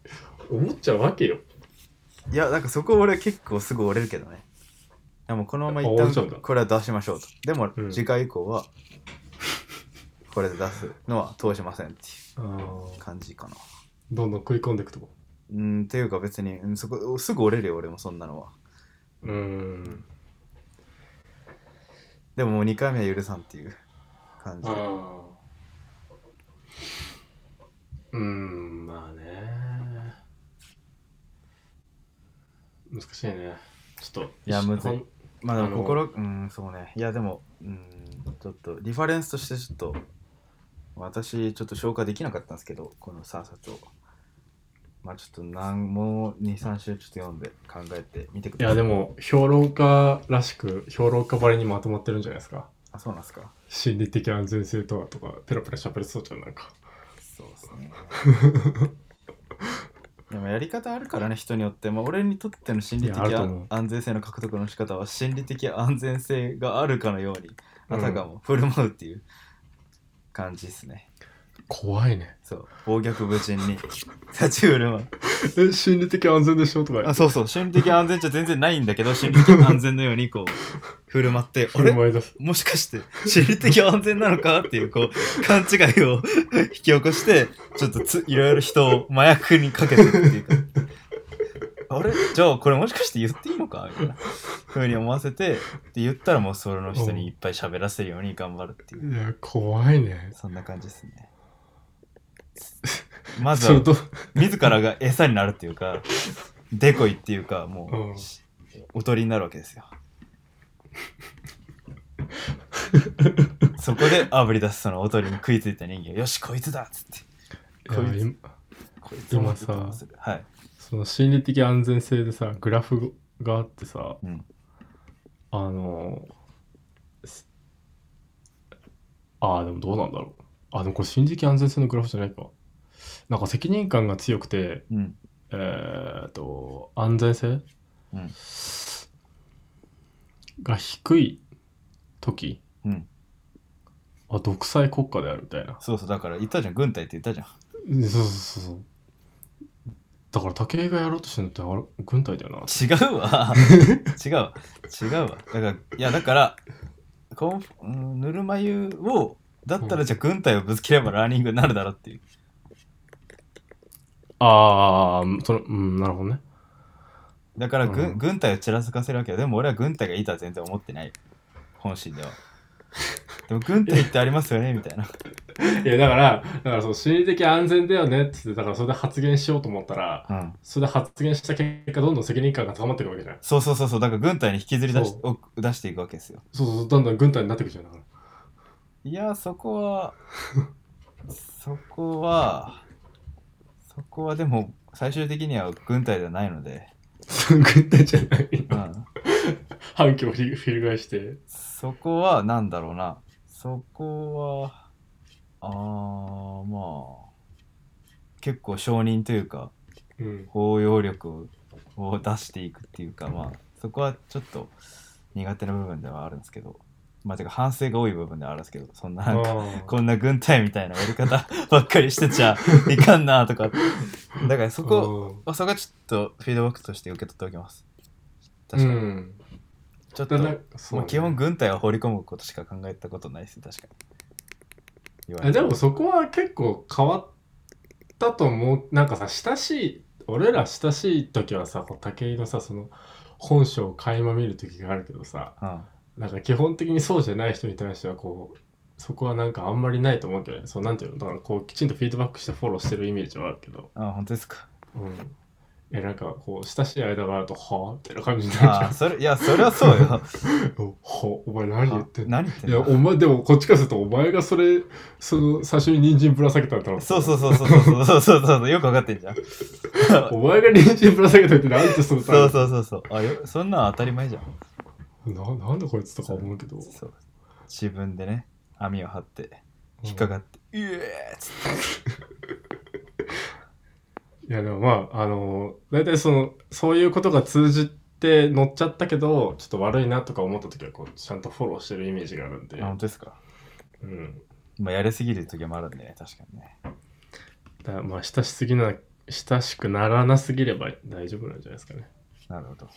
Speaker 2: 思っちゃうわけよ。
Speaker 1: いや、なんかそこ俺結構すぐ折れるけどね。でもこのまま一
Speaker 2: あ折れちゃうんだ
Speaker 1: 旦これは出しましょうと。でも
Speaker 2: うん
Speaker 1: 次回以降はこれで出すのは通しませんってい
Speaker 2: あ
Speaker 1: う
Speaker 2: ー
Speaker 1: 感じかな。
Speaker 2: どんどん食い込んでいくとこ。
Speaker 1: うん、っていうか別に、うんそこすぐ折れるよ俺もそんなのは。
Speaker 2: うーん。
Speaker 1: でももう2回目は許さんっていう感じ。
Speaker 2: あうーん、まあね。難しいね。ちょっと、
Speaker 1: いやむずい
Speaker 2: ほん
Speaker 1: まあで
Speaker 2: あの
Speaker 1: も心、うん、そうね。いやでも、うん、ちょっとリファレンスとしてちょっと、私ちょっと消化できなかったんですけど、この3冊を。まあちょっと何も2、3週ちょっと読んで考えてみてく
Speaker 2: い
Speaker 1: ださい。
Speaker 2: や、でも、評論家らしく、評論家ばりにまとまってるんじゃないですか。
Speaker 1: あ、そうなんですか。
Speaker 2: 心理的安全性とはとか、ペラペラしゃべりそうじゃん、なんか。
Speaker 1: そうですね。 でもやり方あるからね、人によって。まあ、俺にとっての心理的
Speaker 2: いやあると
Speaker 1: あ
Speaker 2: 思う
Speaker 1: 安全性の獲得の仕方は、心理的安全性があるかのように、
Speaker 2: うん
Speaker 1: あたかも振る舞うっていう感じですね。
Speaker 2: 怖いね。
Speaker 1: そう、暴虐無人に 立ち振る舞う。
Speaker 2: え、心理的安全でしょとか言
Speaker 1: あ、
Speaker 2: って、
Speaker 1: そうそう、心理的安全じゃ全然ないんだけど、心理的安全のよう にこう、振る舞って、あ
Speaker 2: 振
Speaker 1: れ
Speaker 2: る舞い出す。
Speaker 1: もしかして心理的安全なのかっていうこう勘違いを 引き起こしてちょっとついろいろ人を麻薬にかけてっていう かあれじゃあこれもしかして言っていいのかみたいなふうに思わせてで言ったらもうその人にいっぱい喋らせるように頑張るっていう
Speaker 2: いや、怖いね。
Speaker 1: そんな感じです ねまず
Speaker 2: それ
Speaker 1: は
Speaker 2: と、
Speaker 1: 自らが餌になるっていうかデコイっていうかも
Speaker 2: うん
Speaker 1: う、おとりになるわけですよそこであぶり出すそのおとりに食いついた人間よしこいつだっつって
Speaker 2: い
Speaker 1: こい
Speaker 2: や
Speaker 1: つ
Speaker 2: 今
Speaker 1: こいつを
Speaker 2: 今さ
Speaker 1: どうするはい
Speaker 2: その心理的安全性でさ、グラフがあってさ、
Speaker 1: うん
Speaker 2: あの、すああ、でもどうなんだろう。あ、でもこれ心理的安全性のグラフじゃないか。なんか責任感が強くて、
Speaker 1: うん
Speaker 2: えーっと、安全性、
Speaker 1: うん
Speaker 2: が低い時、
Speaker 1: うん
Speaker 2: あ、独裁国家であるみたいな。
Speaker 1: そうそうだから言ったじゃん軍隊って言ったじゃん
Speaker 2: そうそうそうそう。だから武井がやろうとしてるのってあれ軍隊だよな。
Speaker 1: 違う わ違うわ違うわだからいやだからこんうんぬるま湯をだったらじゃあ軍隊をぶつければラーニングになるだろうっていう
Speaker 2: ああ、その、うん、なるほどね。
Speaker 1: だから軍,、
Speaker 2: うん
Speaker 1: 軍隊をちらつかせるわけよでも俺は軍隊がいいとは全然思ってない本心ではでも軍隊ってありますよねみたいない
Speaker 2: や、だから、だからその心理的安全だよねって言って、だからそれで発言しようと思ったら、
Speaker 1: うん
Speaker 2: それで発言した結果、どんどん責任感が高まっていくわけじゃない。
Speaker 1: そうそうそうそうだから軍隊に引きずり出し
Speaker 2: そ
Speaker 1: を出していくわけですよ
Speaker 2: そうそうそう、どんどん軍隊になっていくじゃん。だから
Speaker 1: いやーそこはそこはそこはでも最終的には軍隊ではないので、
Speaker 2: そう 軍隊じゃない。
Speaker 1: うん、
Speaker 2: 反旗をひ翻して。
Speaker 1: そこはなんだろうなそこはあーまあ結構承認というか
Speaker 2: うん。
Speaker 1: 包容力を出していくっていうかまあそこはちょっと苦手な部分ではあるんですけどまあてか反省が多い部分ではあるんですけどそんななんか
Speaker 2: あー
Speaker 1: こんな軍隊みたいなやり方 ばっかりしてち ゃいかんなとかだからそこそこはちょっとフィードバックとして受け取っておきます
Speaker 2: うん
Speaker 1: 確かに、
Speaker 2: うん。
Speaker 1: ちょっと
Speaker 2: だからそう
Speaker 1: もう
Speaker 2: ね
Speaker 1: 基本軍隊は放り込むことしか考えたことないです確かに言わ
Speaker 2: え
Speaker 1: れて
Speaker 2: で
Speaker 1: み
Speaker 2: も
Speaker 1: れば
Speaker 2: そこは結構変わったと思うなんかさ親しい俺ら親しい時はさこう武井のさその本性を垣間見る時があるけどさ
Speaker 1: うん
Speaker 2: なんか基本的にそうじゃない人に対してはこうそこはなんかあんまりないと思うけどねそうなんていうのだからこうきちんとフィードバックしてフォローしてるイメージはあるけど
Speaker 1: あ本当ですか
Speaker 2: うんえなんかこう親しい間があると「はあ?」みたいな感じになる
Speaker 1: あーそれいやそれはそうよ
Speaker 2: じゃん「はあお前 何言ってんの?」
Speaker 1: 何言ってん
Speaker 2: いや
Speaker 1: の
Speaker 2: お前でもこっちからするとお前がそれその最初に人参ぶら下げたんだろ
Speaker 1: そうそうそうそうそうそうそうそうよくわかってんじゃん。
Speaker 2: お前が人参ぶら下げといてなんてそのさ
Speaker 1: そうそうそうそう。あよそんなん当たり前じゃん。
Speaker 2: ななんでこいつとか思うけど
Speaker 1: そう自分でね網を張って引っかかって「うえ!」っつって
Speaker 2: いやでもまああの大体そのそういうことが通じて乗っちゃったけどちょっと悪いなとか思った時はこうちゃんとフォローしてるイメージがあるんで、
Speaker 1: あ本当ですか。
Speaker 2: うん、
Speaker 1: まあやりすぎる時もあるんでね確かにね。
Speaker 2: だまあ親しすぎな親しくならなすぎれば大丈夫なんじゃないですかね、
Speaker 1: なるほど。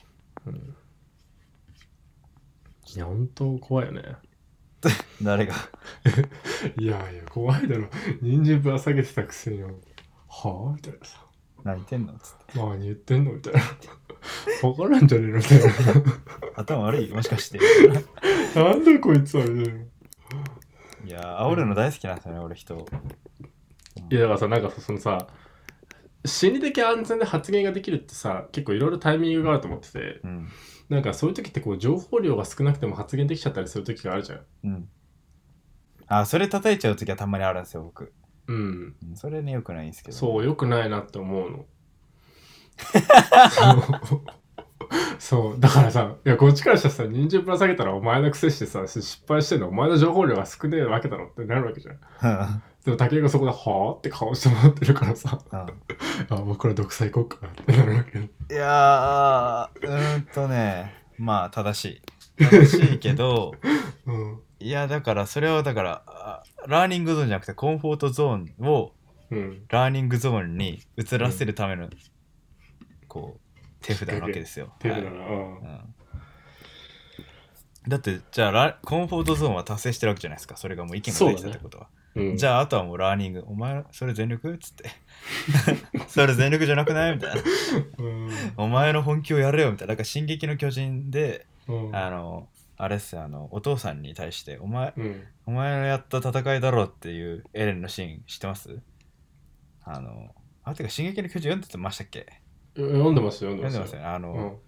Speaker 2: うん、いや本当怖いよね
Speaker 1: 誰が。
Speaker 2: いやいや怖いだろ人参ぶら下げてたくせにはあみたいなさ
Speaker 1: 何言ってんのつって。
Speaker 2: 何言ってんのみたいな分からんじゃねえのみたいな
Speaker 1: 頭悪いもしかして。
Speaker 2: なんだこいつはみたいない
Speaker 1: やー、煽るの大好きなんですよね、俺人を。
Speaker 2: いやだからさなんかさそのさ心理的安全で発言ができるってさ結構いろいろタイミングがあると思ってて
Speaker 1: うん。
Speaker 2: なんかそういう時ってこう情報量が少なくても発言できちゃったりする時があるじゃん
Speaker 1: うん。あ、それ叩いちゃう時はたまにあるんですよ、僕。
Speaker 2: うん
Speaker 1: うんそれね、よくないんですけど。
Speaker 2: そうよくないなって思うの そうそうだからさいやこっちからしたらさ人参ぶら下げたらお前の癖してさし失敗してんのお前の情報量が少ねえわけだろってなるわけじゃん
Speaker 1: うん。
Speaker 2: でも竹井がそこで「はあ?」って顔してもらってるからさ
Speaker 1: うん
Speaker 2: あ僕ら独裁国家ってなるわけよ
Speaker 1: いやー、うーんとね、まあ、正しい。正しいけ ど、
Speaker 2: うん
Speaker 1: いや、だから、それはだから、あラーニングゾーンじゃなくて、コンフォートゾーンを
Speaker 2: うん
Speaker 1: ラーニングゾーンに移らせるための、こう、手札なわけですよ。
Speaker 2: 手札な
Speaker 1: はい
Speaker 2: うん
Speaker 1: うんだって、じゃあラ、コンフォートゾーンは達成してるわけじゃないですか。それがもう意見ができたってことは。
Speaker 2: うん
Speaker 1: じゃあ、あとはもうラーニング。お前、それ全力っつって。 それ全力じゃなくないみたいな。
Speaker 2: うん
Speaker 1: お前の本気をやれよみたいな。なんか、進撃の巨人で、
Speaker 2: うん
Speaker 1: あの、あれっすよあの、お父さんに対して、お前、
Speaker 2: うん
Speaker 1: お前のやった戦いだろっていうエレンのシーン知ってますあの、あ、てか、進撃の巨人読んでてましたっけ
Speaker 2: 読んでますよ読ん
Speaker 1: 読
Speaker 2: でま
Speaker 1: ん
Speaker 2: す
Speaker 1: で
Speaker 2: よ
Speaker 1: ますよね。あの、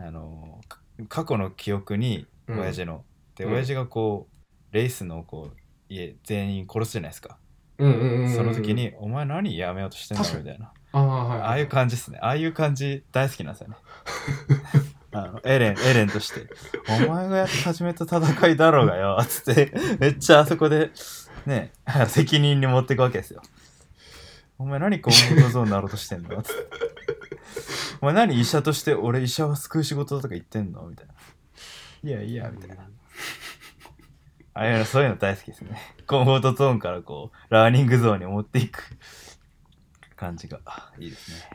Speaker 2: うん
Speaker 1: あのか過去の記憶に
Speaker 2: うん
Speaker 1: 親父の、で
Speaker 2: うん
Speaker 1: 親父がこうレイスのこう家全員殺すじゃないですか、
Speaker 2: うんうんうんうん
Speaker 1: その時に「お前何やめようとしてんの?」
Speaker 2: 確かに
Speaker 1: みたいな
Speaker 2: ああはい
Speaker 1: ああいう感じですねああいう感じ大好きなんですよねあのエレンエレンとして「お前がやって始めた戦いだろうがよ」つってめっちゃあそこでね責任に持っていくわけですよお前何コンフォートゾーンになろうとしてんのつってお前何医者として俺医者は救う仕事だとか言ってんのみたいないやいやみたいなああいうのそういうの大好きですねコンフォートゾーンからこうラーニングゾーンに持っていく感じがいいですね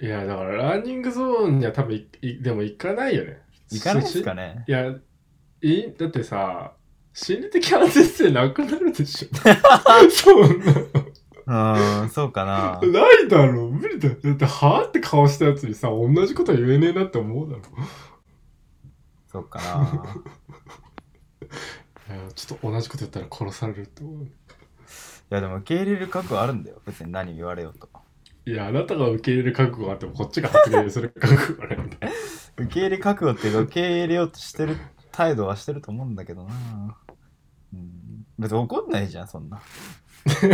Speaker 2: いやだからランニングゾーンには多分いいでも行かないよね
Speaker 1: いかないですかね
Speaker 2: いやいだってさ心理的安全性なくなる でしょそんな
Speaker 1: うーんそうか な
Speaker 2: ないだろう無理だよだってはあって顔したやつにさ同じことは言えねえなって思うだろ
Speaker 1: そうかない
Speaker 2: やちょっと同じこと言ったら殺されると思う
Speaker 1: いやでも受け入れる覚悟あるんだよ別に何言われようと
Speaker 2: いやあなたが受け入れる覚悟があってもこっちが発言する覚悟がないんだよ
Speaker 1: 受け入れ覚悟って いうか受け入れようとしてる態度はしてると思うんだけどなうん別に怒んないじゃんそん な別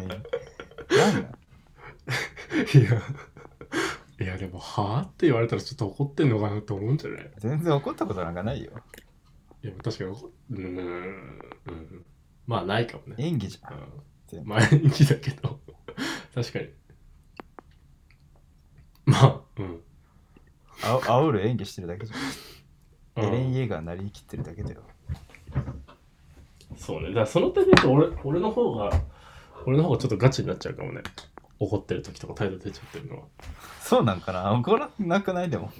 Speaker 1: になんだ
Speaker 2: いやいやでもはあって言われたらちょっと怒ってんのかなって思うんじゃない
Speaker 1: 全然怒ったことなんかないよ
Speaker 2: いや、確かに怒っ、うーん、うん。まあ、ないかもね。
Speaker 1: 演技じゃん
Speaker 2: う
Speaker 1: 全
Speaker 2: ん、
Speaker 1: 部
Speaker 2: 毎日だけど、確かに。まあ、うん。
Speaker 1: あお煽る演技してるだけじゃんエレン・イェ
Speaker 2: うん、
Speaker 1: ーガーになりきってるだけだよ
Speaker 2: そうね。だからその点で言うと俺、俺の方が、俺の方がちょっとガチになっちゃうかもね。怒ってる時とか態度出ちゃってるのは。
Speaker 1: そうなんかな怒らなくないでも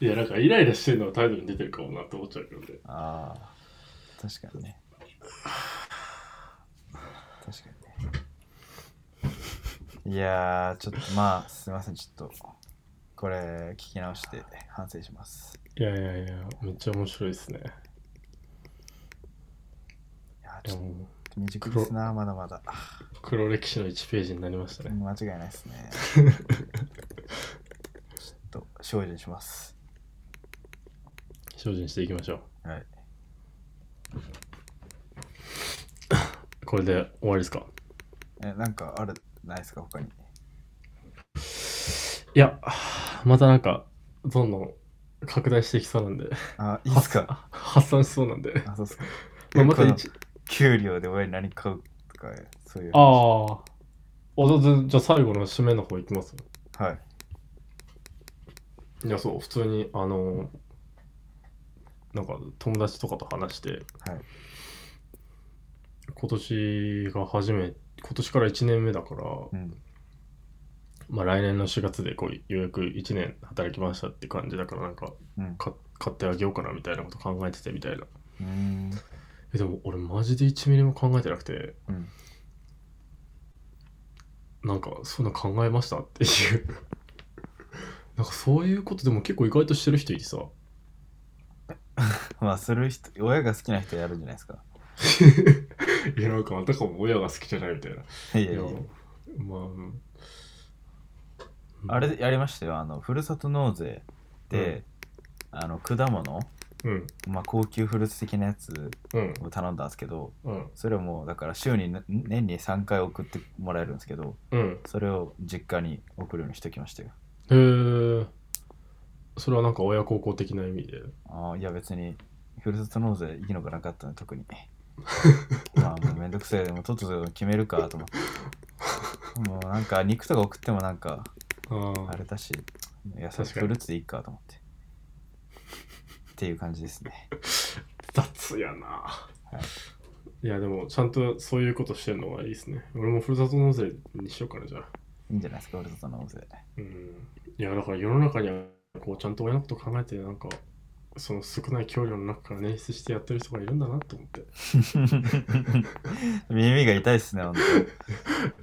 Speaker 2: いや、なんかイライラしてるのは態度に出てるかもなって思っちゃうけどね。
Speaker 1: ああ確かにね確かにねいやーちょっとまあすいませんちょっとこれ聞き直して反省します
Speaker 2: いやいやいや、めっちゃ面白いですね。
Speaker 1: いやー
Speaker 2: で
Speaker 1: ちょっ
Speaker 2: も、
Speaker 1: と未熟ですなまだまだ
Speaker 2: 黒歴史の1ページになりましたね。
Speaker 1: 間違いないですねちょっと精進します
Speaker 2: 精進していきましょ。
Speaker 1: はいう
Speaker 2: これで終わりですか
Speaker 1: えなんかあるないですか他に
Speaker 2: いや、またなんか、どんどん拡大していきそうなんで、
Speaker 1: あいいっすか
Speaker 2: 発発散しそうなんで、
Speaker 1: あそうっすか
Speaker 2: まあ、また
Speaker 1: この
Speaker 2: 一、
Speaker 1: 給料で親に何買うとかそういう
Speaker 2: ああ、おじゃあじゃあ最後の締めの方いきます。
Speaker 1: はい
Speaker 2: いや、そう、普通に、あの、なんか友達とかと話して、
Speaker 1: はい
Speaker 2: 今年が初め今年から1年目だから、
Speaker 1: うん
Speaker 2: まあ来年の4月でこうようやく1年働きましたって感じだからなんか
Speaker 1: うん
Speaker 2: か買ってあげようかなみたいなこと考えててみたいな
Speaker 1: うん
Speaker 2: えでも俺マジで1ミリも考えてなくて、
Speaker 1: うん
Speaker 2: なんかそんな考えましたっていうなんかそういうことでも結構意外としてる人いてさ
Speaker 1: まあする人親が好きな人やるんじゃないですか
Speaker 2: いやなんかあたかも親が好きじゃないみたいない
Speaker 1: いや
Speaker 2: い
Speaker 1: い
Speaker 2: や
Speaker 1: や
Speaker 2: まあうん
Speaker 1: あれやりましたよあのふるさと納税で、あの果物
Speaker 2: うん
Speaker 1: まあ高級フルーツ的なやつ
Speaker 2: うん
Speaker 1: を頼んだんですけど
Speaker 2: うん
Speaker 1: それをもうだから週にね年に3回送ってもらえるんですけど
Speaker 2: うん
Speaker 1: それを実家に送るようにしておきましたよ
Speaker 2: へーそれはなんか親孝行的な意味で
Speaker 1: ああいや別にふるさと納税いいのがなかったね特 にまあもうめんどくせえでもとっとと決めるかと思ってもうなんか肉とか送ってもなんか
Speaker 2: ああ
Speaker 1: あれだし野菜
Speaker 2: 確か
Speaker 1: フ
Speaker 2: に
Speaker 1: ルーツでいいかと思ってっていう感じです ね
Speaker 2: 雑やな、い、やでもちゃんとそういうことしてるのはいいですね俺もふるさと納税にしようかなじゃあ
Speaker 1: いいんじゃないですかふるさと納税
Speaker 2: うんいやだから世の中にはこうちゃんと親のこと考えてなんかその少ない給料の中から捻出してやってる人がいるんだなと思って
Speaker 1: 耳が痛いっすねほんと
Speaker 2: い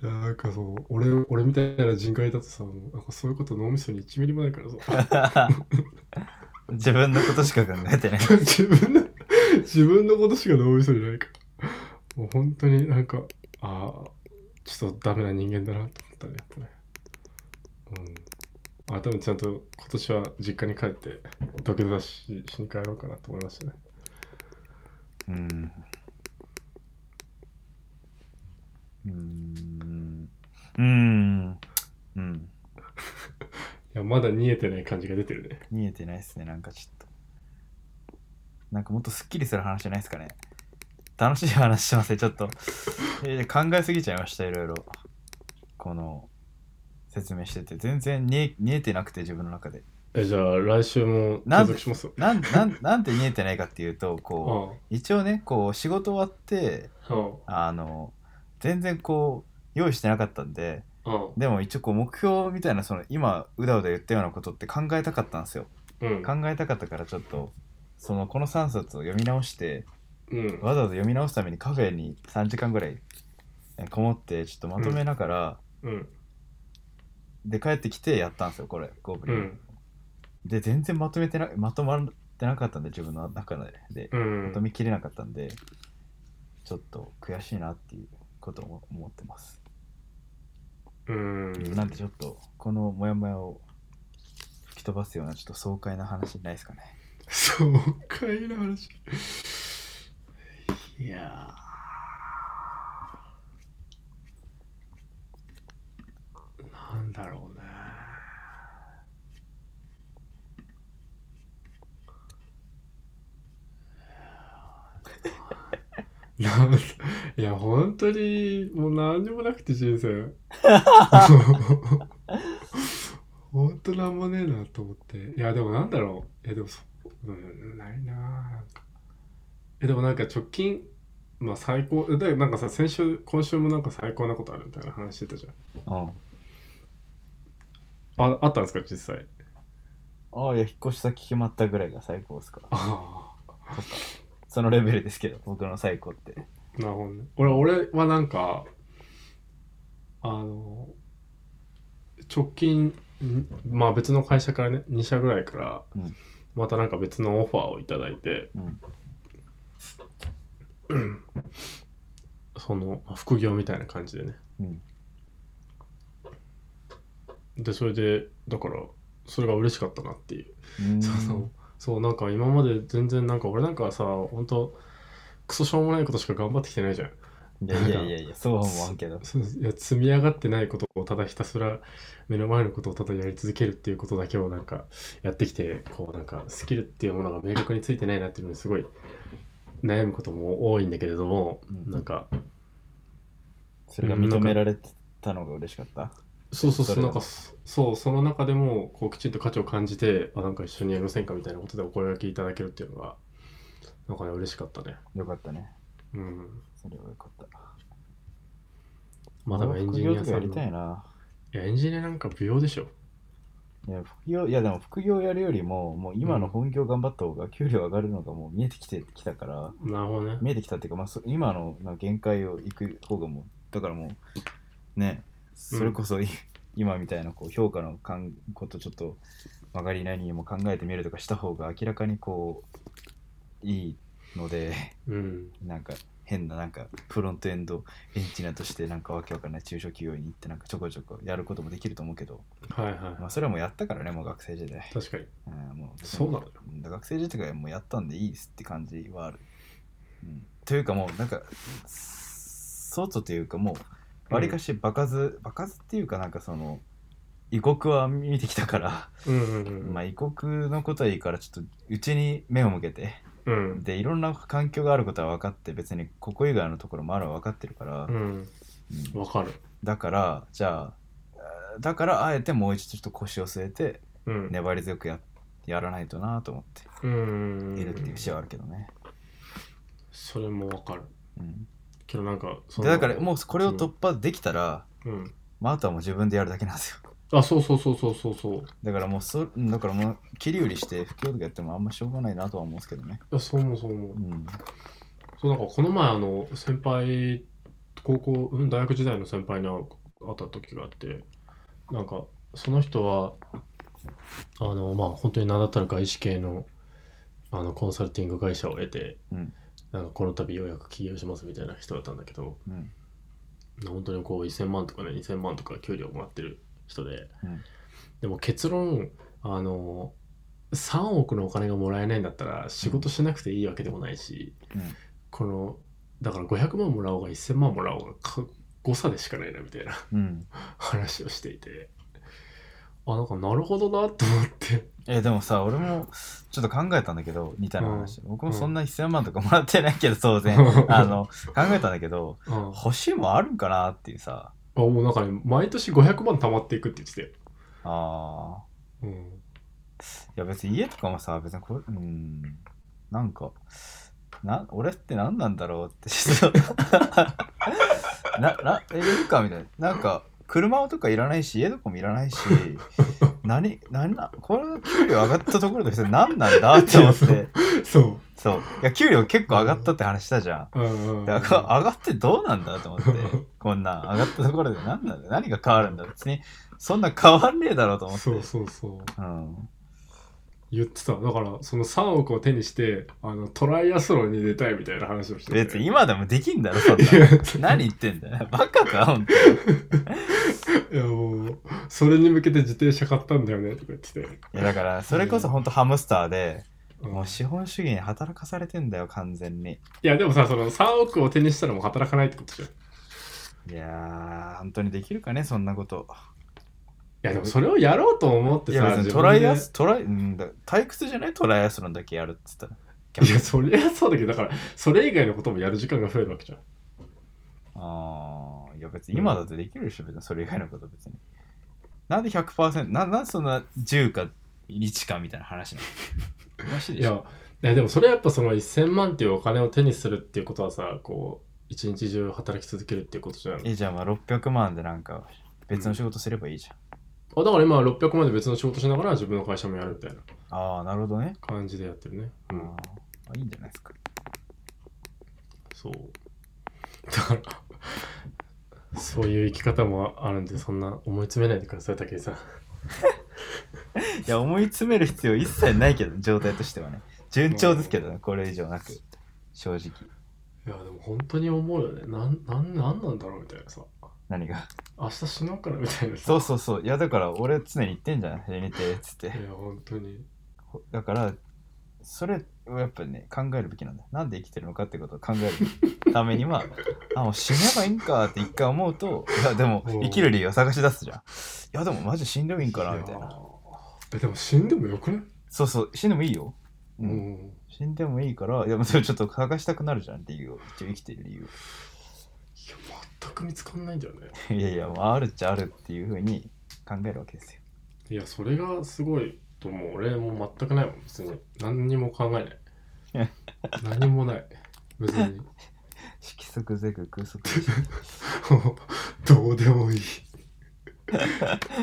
Speaker 2: やなんかそう俺俺みたいな人外だとさもうなんかそういうこと脳みそに1ミリもないからさ
Speaker 1: 自分のことしか考えてない
Speaker 2: 自分の自分のことしか脳みそにないからもう本当になんかああちょっとダメな人間だなと思ったねやっぱねうん改めてちゃんと今年は実家に帰って土下座ししに帰ろうかなと思いましたね
Speaker 1: うんうーんうーんうん
Speaker 2: いや、まだ見えてない感じが出てるね。
Speaker 1: 見えてないですね、なんかちょっと。なんかもっとすっきりする話じゃないですかね。楽しい話してますね、ちょっと。えー考えすぎちゃいました、いろいろ。この、説明してて。全然見え見えてなくて、自分の中で。
Speaker 2: え、じゃあ来週も
Speaker 1: な
Speaker 2: 継
Speaker 1: んで
Speaker 2: 続しますよ。
Speaker 1: なん なんなんて見えてないかっていうと、
Speaker 2: あ
Speaker 1: こう、一応ね、こう、仕事終わって、
Speaker 2: あ、あ
Speaker 1: あの、全然こう、用意してなかったんで、
Speaker 2: あ、ああ、
Speaker 1: でも一応こう、目標みたいな、その、今、うだうだ言ったようなことって考えたかったんですよ。
Speaker 2: うん。
Speaker 1: 考えたかったからちょっとそのこの3冊を読み直して
Speaker 2: うん。
Speaker 1: わざわざ読み直すためにカフェに3時間ぐらいえこもってちょっとまとめながら、
Speaker 2: うん。
Speaker 1: で帰ってきてやったんですよこれゴブ
Speaker 2: う
Speaker 1: リン、
Speaker 2: ん。
Speaker 1: で全然まとめてなまとまってなかったんで自分の中でで
Speaker 2: うん
Speaker 1: まとめきれなかったんでちょっと悔しいなっていうことを思ってます、
Speaker 2: うん。
Speaker 1: なんでちょっとこのモヤモヤを吹き飛ばすようなちょっと爽快な話ないですかね
Speaker 2: そう、帰る話。いやー。なんだろうね。なんいや、本当に、もう何にもなくて人生。本当なんもねえなと思って。いや、でもなんだろう。いや、でもそう、うん、ないなあなんか。え、でもなんか直近、まあ最高、だからなんかさ、先週、今週もなんか最高なことあるみたいな話してたじゃん。
Speaker 1: うん
Speaker 2: ああったんですか、実際。
Speaker 1: ああいや引っ越し先決まったぐらいが最高ですか
Speaker 2: あ
Speaker 1: そのレベルですけど、僕の最高って。
Speaker 2: あ、なるほどね。俺、俺はなんか、あの、直近、んまあ別の会社からね、2社ぐらいから
Speaker 1: うん、
Speaker 2: またなんか別のオファーをいただいて、
Speaker 1: うん。
Speaker 2: そのまあ副業みたいな感じでね
Speaker 1: うん。
Speaker 2: でそれでだからそれが嬉しかったなっていう、
Speaker 1: うん
Speaker 2: その そうなんか今まで全然なんか俺なんかさ本当クソしょうもないことしか頑張ってきてないじゃん
Speaker 1: いやいやいやいや、そうは思わんけど。
Speaker 2: そういや積み上がってないことをただひたすら目の前のことをただやり続けるっていうことだけをなんかやってきてこうなんかスキルっていうものが明確についてないなっていうのにすごい悩むことも多いんだけれども、
Speaker 1: うん
Speaker 2: なんか
Speaker 1: それが認められてたのが嬉しかった。
Speaker 2: そうそう
Speaker 1: そ
Speaker 2: そう、
Speaker 1: れ
Speaker 2: なんかそ、そう、その中でも、こう、きちんと価値を感じて、あ、なんか一緒にやりませんかみたいなことでお声掛けいただけるっていうのが、なんかね、嬉しかったね。
Speaker 1: よかったね。
Speaker 2: うん。
Speaker 1: それはよかった。
Speaker 2: まあだからエンジニア
Speaker 1: 副業とか
Speaker 2: さ
Speaker 1: や
Speaker 2: んの
Speaker 1: りたいな。
Speaker 2: いや、エンジニアなんか不要でしょ。
Speaker 1: いや、副業、いやでも副業やるよりも、もう今の本業頑張った方が給料上がるのがもう見えてきてきたから、
Speaker 2: なるほどね。
Speaker 1: 見えてきたっていうか、まあ、そ今のなんか限界を行く方がもう、だからもう、ね、それこそ、い 今みたいなこう評価のかんことちょっと曲がりなりにも考えてみるとかした方が明らかにこう、いいので、
Speaker 2: うん。
Speaker 1: なんか変ななんかフロントエンドエンジニアとしてなんかわけわかんない中小企業に行ってなんかちょこちょこやることもできると思うけど、
Speaker 2: はい
Speaker 1: ま
Speaker 2: は
Speaker 1: あ、それはもうやったからね、もう学生時代
Speaker 2: い。。確かに。
Speaker 1: うんもう
Speaker 2: そうなのよ
Speaker 1: ん学生時代からもうやったんでいいですって感じはある。うん、というかもうなんか外というかもうわりかし場数、場数っていうかなんかその異国は見てきたから、
Speaker 2: うんうんうん。
Speaker 1: まあ異国のことはいいからちょっとうちに目を向けて
Speaker 2: うん。
Speaker 1: でいろんな環境があることは分かって別にここ以外のところもあるのは分かってるから、
Speaker 2: うん。
Speaker 1: うん
Speaker 2: わかる。
Speaker 1: だからじゃああーだからあえてもう一度ちょっと腰を据えて
Speaker 2: うん。
Speaker 1: 粘り強くややらないとなと思って。
Speaker 2: うん。
Speaker 1: いるっていう節はあるけどね。
Speaker 2: それもわかる。
Speaker 1: うん、
Speaker 2: けどなんか、そ
Speaker 1: で
Speaker 2: の
Speaker 1: だからもうこれを突破できたら、
Speaker 2: うん。
Speaker 1: まあ、あとはもう自分でやるだけなんですよ。
Speaker 2: あ、そうそうそうそうそうそう。い
Speaker 1: だからもうそ、だからもう切り売りして不況とかやってもあんましょうがないなとは思うんですけどね。
Speaker 2: や、そう思うそう思う
Speaker 1: う。ん。
Speaker 2: そうなんかこの前あの先輩高校うん大学時代の先輩に会う会った時があってなんかその人はあのまあ本当に名だたる外資系のあのコンサルティング会社を得て、
Speaker 1: うん
Speaker 2: なんかこの度ようやく起業しますみたいな人だったんだけど
Speaker 1: うん。
Speaker 2: 本当にこう1000万とかね2000万とか給料もらってる人で、
Speaker 1: うん
Speaker 2: でも結論あの3億のお金がもらえないんだったら仕事しなくていいわけでもないし、
Speaker 1: うん
Speaker 2: このだから500万もらおうが1000万もらおうがか誤差でしかないなみたいな
Speaker 1: うん。
Speaker 2: 話をしていてあなんかなるほどなと思って
Speaker 1: え、でもさ、俺もちょっと考えたんだけど、似たような話。僕もそんな1000万とかもらってないけど、当 然。あの、考えたんだけど、
Speaker 2: あ
Speaker 1: 欲しいもんあるんかなっていうさ。
Speaker 2: あもうなんかね毎年500万貯まっていくって言ってたよ、
Speaker 1: ああ。
Speaker 2: うん、
Speaker 1: いや別に家とかもさ別にこれうんなんかな俺って何なんだろうってちょっとななえいるかみたいななんか車とかいらないし家とかもいらないし何何なこれ給料上がったところで別に何なんだって思っ
Speaker 2: いや
Speaker 1: て
Speaker 2: そ
Speaker 1: そういや給料結構上がったって話したじゃん
Speaker 2: う、うんうん、
Speaker 1: だから上がってどうなんだと思ってこんなん上がったところで何なんだ何が変わるんだ別にそんな変わんねえだろうと思って
Speaker 2: そうそうそう
Speaker 1: うん
Speaker 2: 言ってただからその3億を手にしてあのトライアスロンに出たいみたいな話をしてて
Speaker 1: 別に今でもできんだろそんなの
Speaker 2: いや
Speaker 1: 何言ってんだよ。バカか、ほんと。
Speaker 2: いやもうそれに向けて自転車買ったんだよねとか言ってて、
Speaker 1: いや、だから、それこそほんとハムスターで、
Speaker 2: うん
Speaker 1: もう資本主義に働かされてんだよ、完全に。
Speaker 2: いやでもさその3億を手にしたらもう働かないってことじゃんい
Speaker 1: いやー、本当にできるかね、そんなこと。
Speaker 2: やでもそれをやろうと思って
Speaker 1: い
Speaker 2: さ
Speaker 1: や、別に
Speaker 2: 自
Speaker 1: ト
Speaker 2: 分
Speaker 1: ラ
Speaker 2: で
Speaker 1: イアス、トライ、うんだ、退屈じゃないトライアスロンだけやるって言ったら。
Speaker 2: いやそりゃそうだけどだからそれ以外のこともやる時間が増えるわけじゃん
Speaker 1: あー、いや、別に今だってできるでしょ、別に、それ以外のこと別に。なんで100%、ななんでそんな10か1かみたいな話なのおかしい
Speaker 2: い
Speaker 1: でしょ。
Speaker 2: やいやでもそれはやっぱその1000万っていうお金を手にするっていうことはさこう一日中働き続けるっていうことじゃん
Speaker 1: え、じゃあまあ600万でなんか、別の仕事すればいいじゃん。
Speaker 2: あだから今は600万で別の仕事しながら自分の会社もやるみたいな
Speaker 1: あー、なるほどね。
Speaker 2: 感じでやってるねうん
Speaker 1: あーいいんじゃないですか。
Speaker 2: そう。だから、そういう生き方もあるんで、そんな思い詰めないでください、武井さん。
Speaker 1: いや、思い詰める必要一切ないけど、状態としてはね。順調ですけどね、これ以上なく。正直。
Speaker 2: いや、でも本当に思うよね。なん、なん、なんなんだろうみたいなさ。
Speaker 1: 何が。
Speaker 2: 明日死のうからみたいなさ。
Speaker 1: そうそうそう。いや、だから俺常に言ってんじゃん。やめて、つって。
Speaker 2: いや、本当に。
Speaker 1: だから、それをやっぱりね、考えるべきなんだよ。なんで生きてるのかってことを考えるためには、あ、もう死ねばいいんかって一回思うと、いや、でも
Speaker 2: うん
Speaker 1: 生きる理由を探し出すじゃん。いや、でもマジ死んでもいいんかな、みたい
Speaker 2: や
Speaker 1: な。
Speaker 2: え、でも死んでもよくない
Speaker 1: そうそう、死んでもいいよ。う。
Speaker 2: うんん。
Speaker 1: 死んでもいいから、いや、もうそれちょっと探したくなるじゃん、理由を。一応生きてる理由を。
Speaker 2: いや、全く見つかんないんだよね。
Speaker 1: いやいや、まあ、あるっちゃあるっていうふうに考えるわけですよ。
Speaker 2: いや、それがすごいと思う。俺も全くないもん、別に。何にも考え ない。何もない。別に。
Speaker 1: 色即是空即是。
Speaker 2: どうでもいい。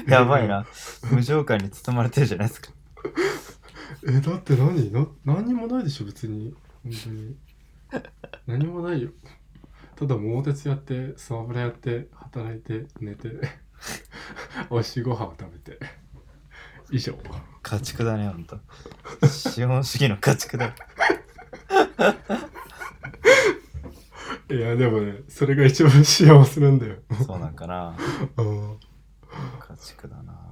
Speaker 1: やばいな。無情感に包まれてるじゃないですか。
Speaker 2: え、だって何な何にもないでしょ、別に。本当に。何もないよ。ただ、桃鉄やって、スマブラやって、働いて、寝て、 美味しいご飯を食べて。以上。
Speaker 1: 家畜だね、ほんと。資本主義の家畜だ。
Speaker 2: いや、でもね、それが一番幸せなんだよ。
Speaker 1: そうなんかな。
Speaker 2: うん
Speaker 1: 家畜だな。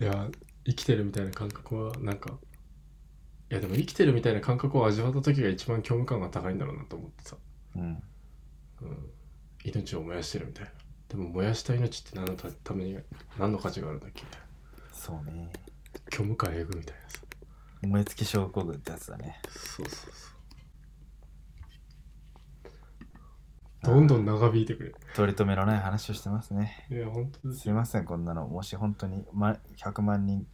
Speaker 2: いや、生きてるみたいな感覚は、なんか、いや、でも生きてるみたいな感覚を味わった時が一番虚無感が高いんだろうなと思ってさ。
Speaker 1: うん。
Speaker 2: うん、命を燃やしてるみたいなでも燃やした命って何のたために何の価値があるんだっけみたいな
Speaker 1: そうね。
Speaker 2: 虚無感えぐみたいなさ
Speaker 1: 燃え尽き症候群ってやつだね。
Speaker 2: そうそうそうどんどん長引いてく
Speaker 1: 取り留めのない話をしてますね。
Speaker 2: れいや本当です
Speaker 1: すいません、こんなの。もし本当に、ま、100万人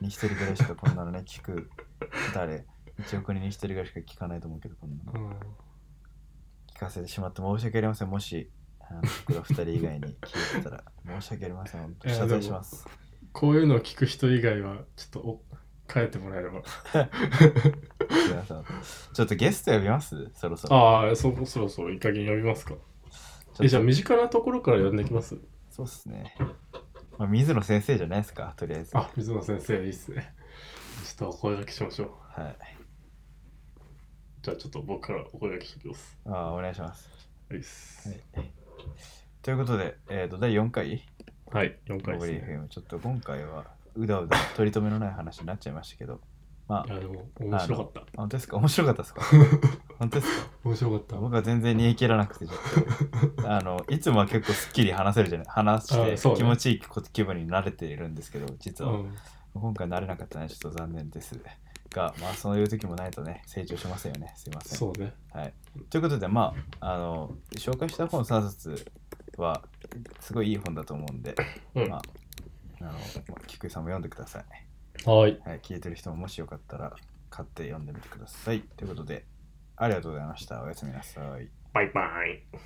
Speaker 1: に1人ぐらいしかこ んなのね、聞く。誰 ?1 億人に1人ぐらいしか聞かないと思うけど、こんなの
Speaker 2: う。ん
Speaker 1: 聞かせてしまって申し訳ありません。もし、あの僕ら2人以外に 聞いてたら、申し訳ありません。本当に謝罪します。
Speaker 2: こういうのを聞く人以外はちょっとお帰ってもらえれば
Speaker 1: すいませんちょっとゲスト呼びますそろそろ。
Speaker 3: ああ、そ、そろそろいい加減呼びますか。
Speaker 1: ちょっと
Speaker 3: え、じゃあ身近なところから呼んできます。
Speaker 1: そうっすね。まあ、水野先生じゃないですか、とりあえず。
Speaker 3: あ、水野先生、いいっすね。ちょっとお声掛けしましょう。
Speaker 1: はい。
Speaker 3: じゃあちょっと僕からお声掛けしてきます。
Speaker 1: ああ、お願いします。
Speaker 3: はいっす
Speaker 1: はいということで、えっ、と、第4回、
Speaker 3: はい、4
Speaker 1: ボ
Speaker 3: 回で
Speaker 1: ブ
Speaker 3: す
Speaker 1: リー
Speaker 3: ね。
Speaker 1: FM、ちょっと今回は、うだうだ、取り留めのない話になっちゃいましたけど、ま
Speaker 3: い
Speaker 1: あ、
Speaker 3: や、でも面白かった。
Speaker 1: 本当ですか面白かったで すか本当ですか
Speaker 2: 面白かった
Speaker 1: 僕は全然煮え切らなくてちょっ とあのいつもは結構すっきり話せるじゃない話して
Speaker 3: あそうね
Speaker 1: 気持ちいいこ気分に慣れているんですけど実は、
Speaker 2: うん
Speaker 1: 今回慣れなかったのはちょっと残念ですがまあそういう時もないとね成長しませんよねすいません
Speaker 2: そうね
Speaker 1: はい、ということでまああの紹介した本3冊はすごいいい本だと思うんで、
Speaker 3: うん
Speaker 1: まああのまあ菊井さんも読んでください
Speaker 3: はい、
Speaker 1: はい、聞いてる人ももしよかったら買って読んでみてください。ということで、ありがとうございました。おやすみなさい。
Speaker 3: バイバイ。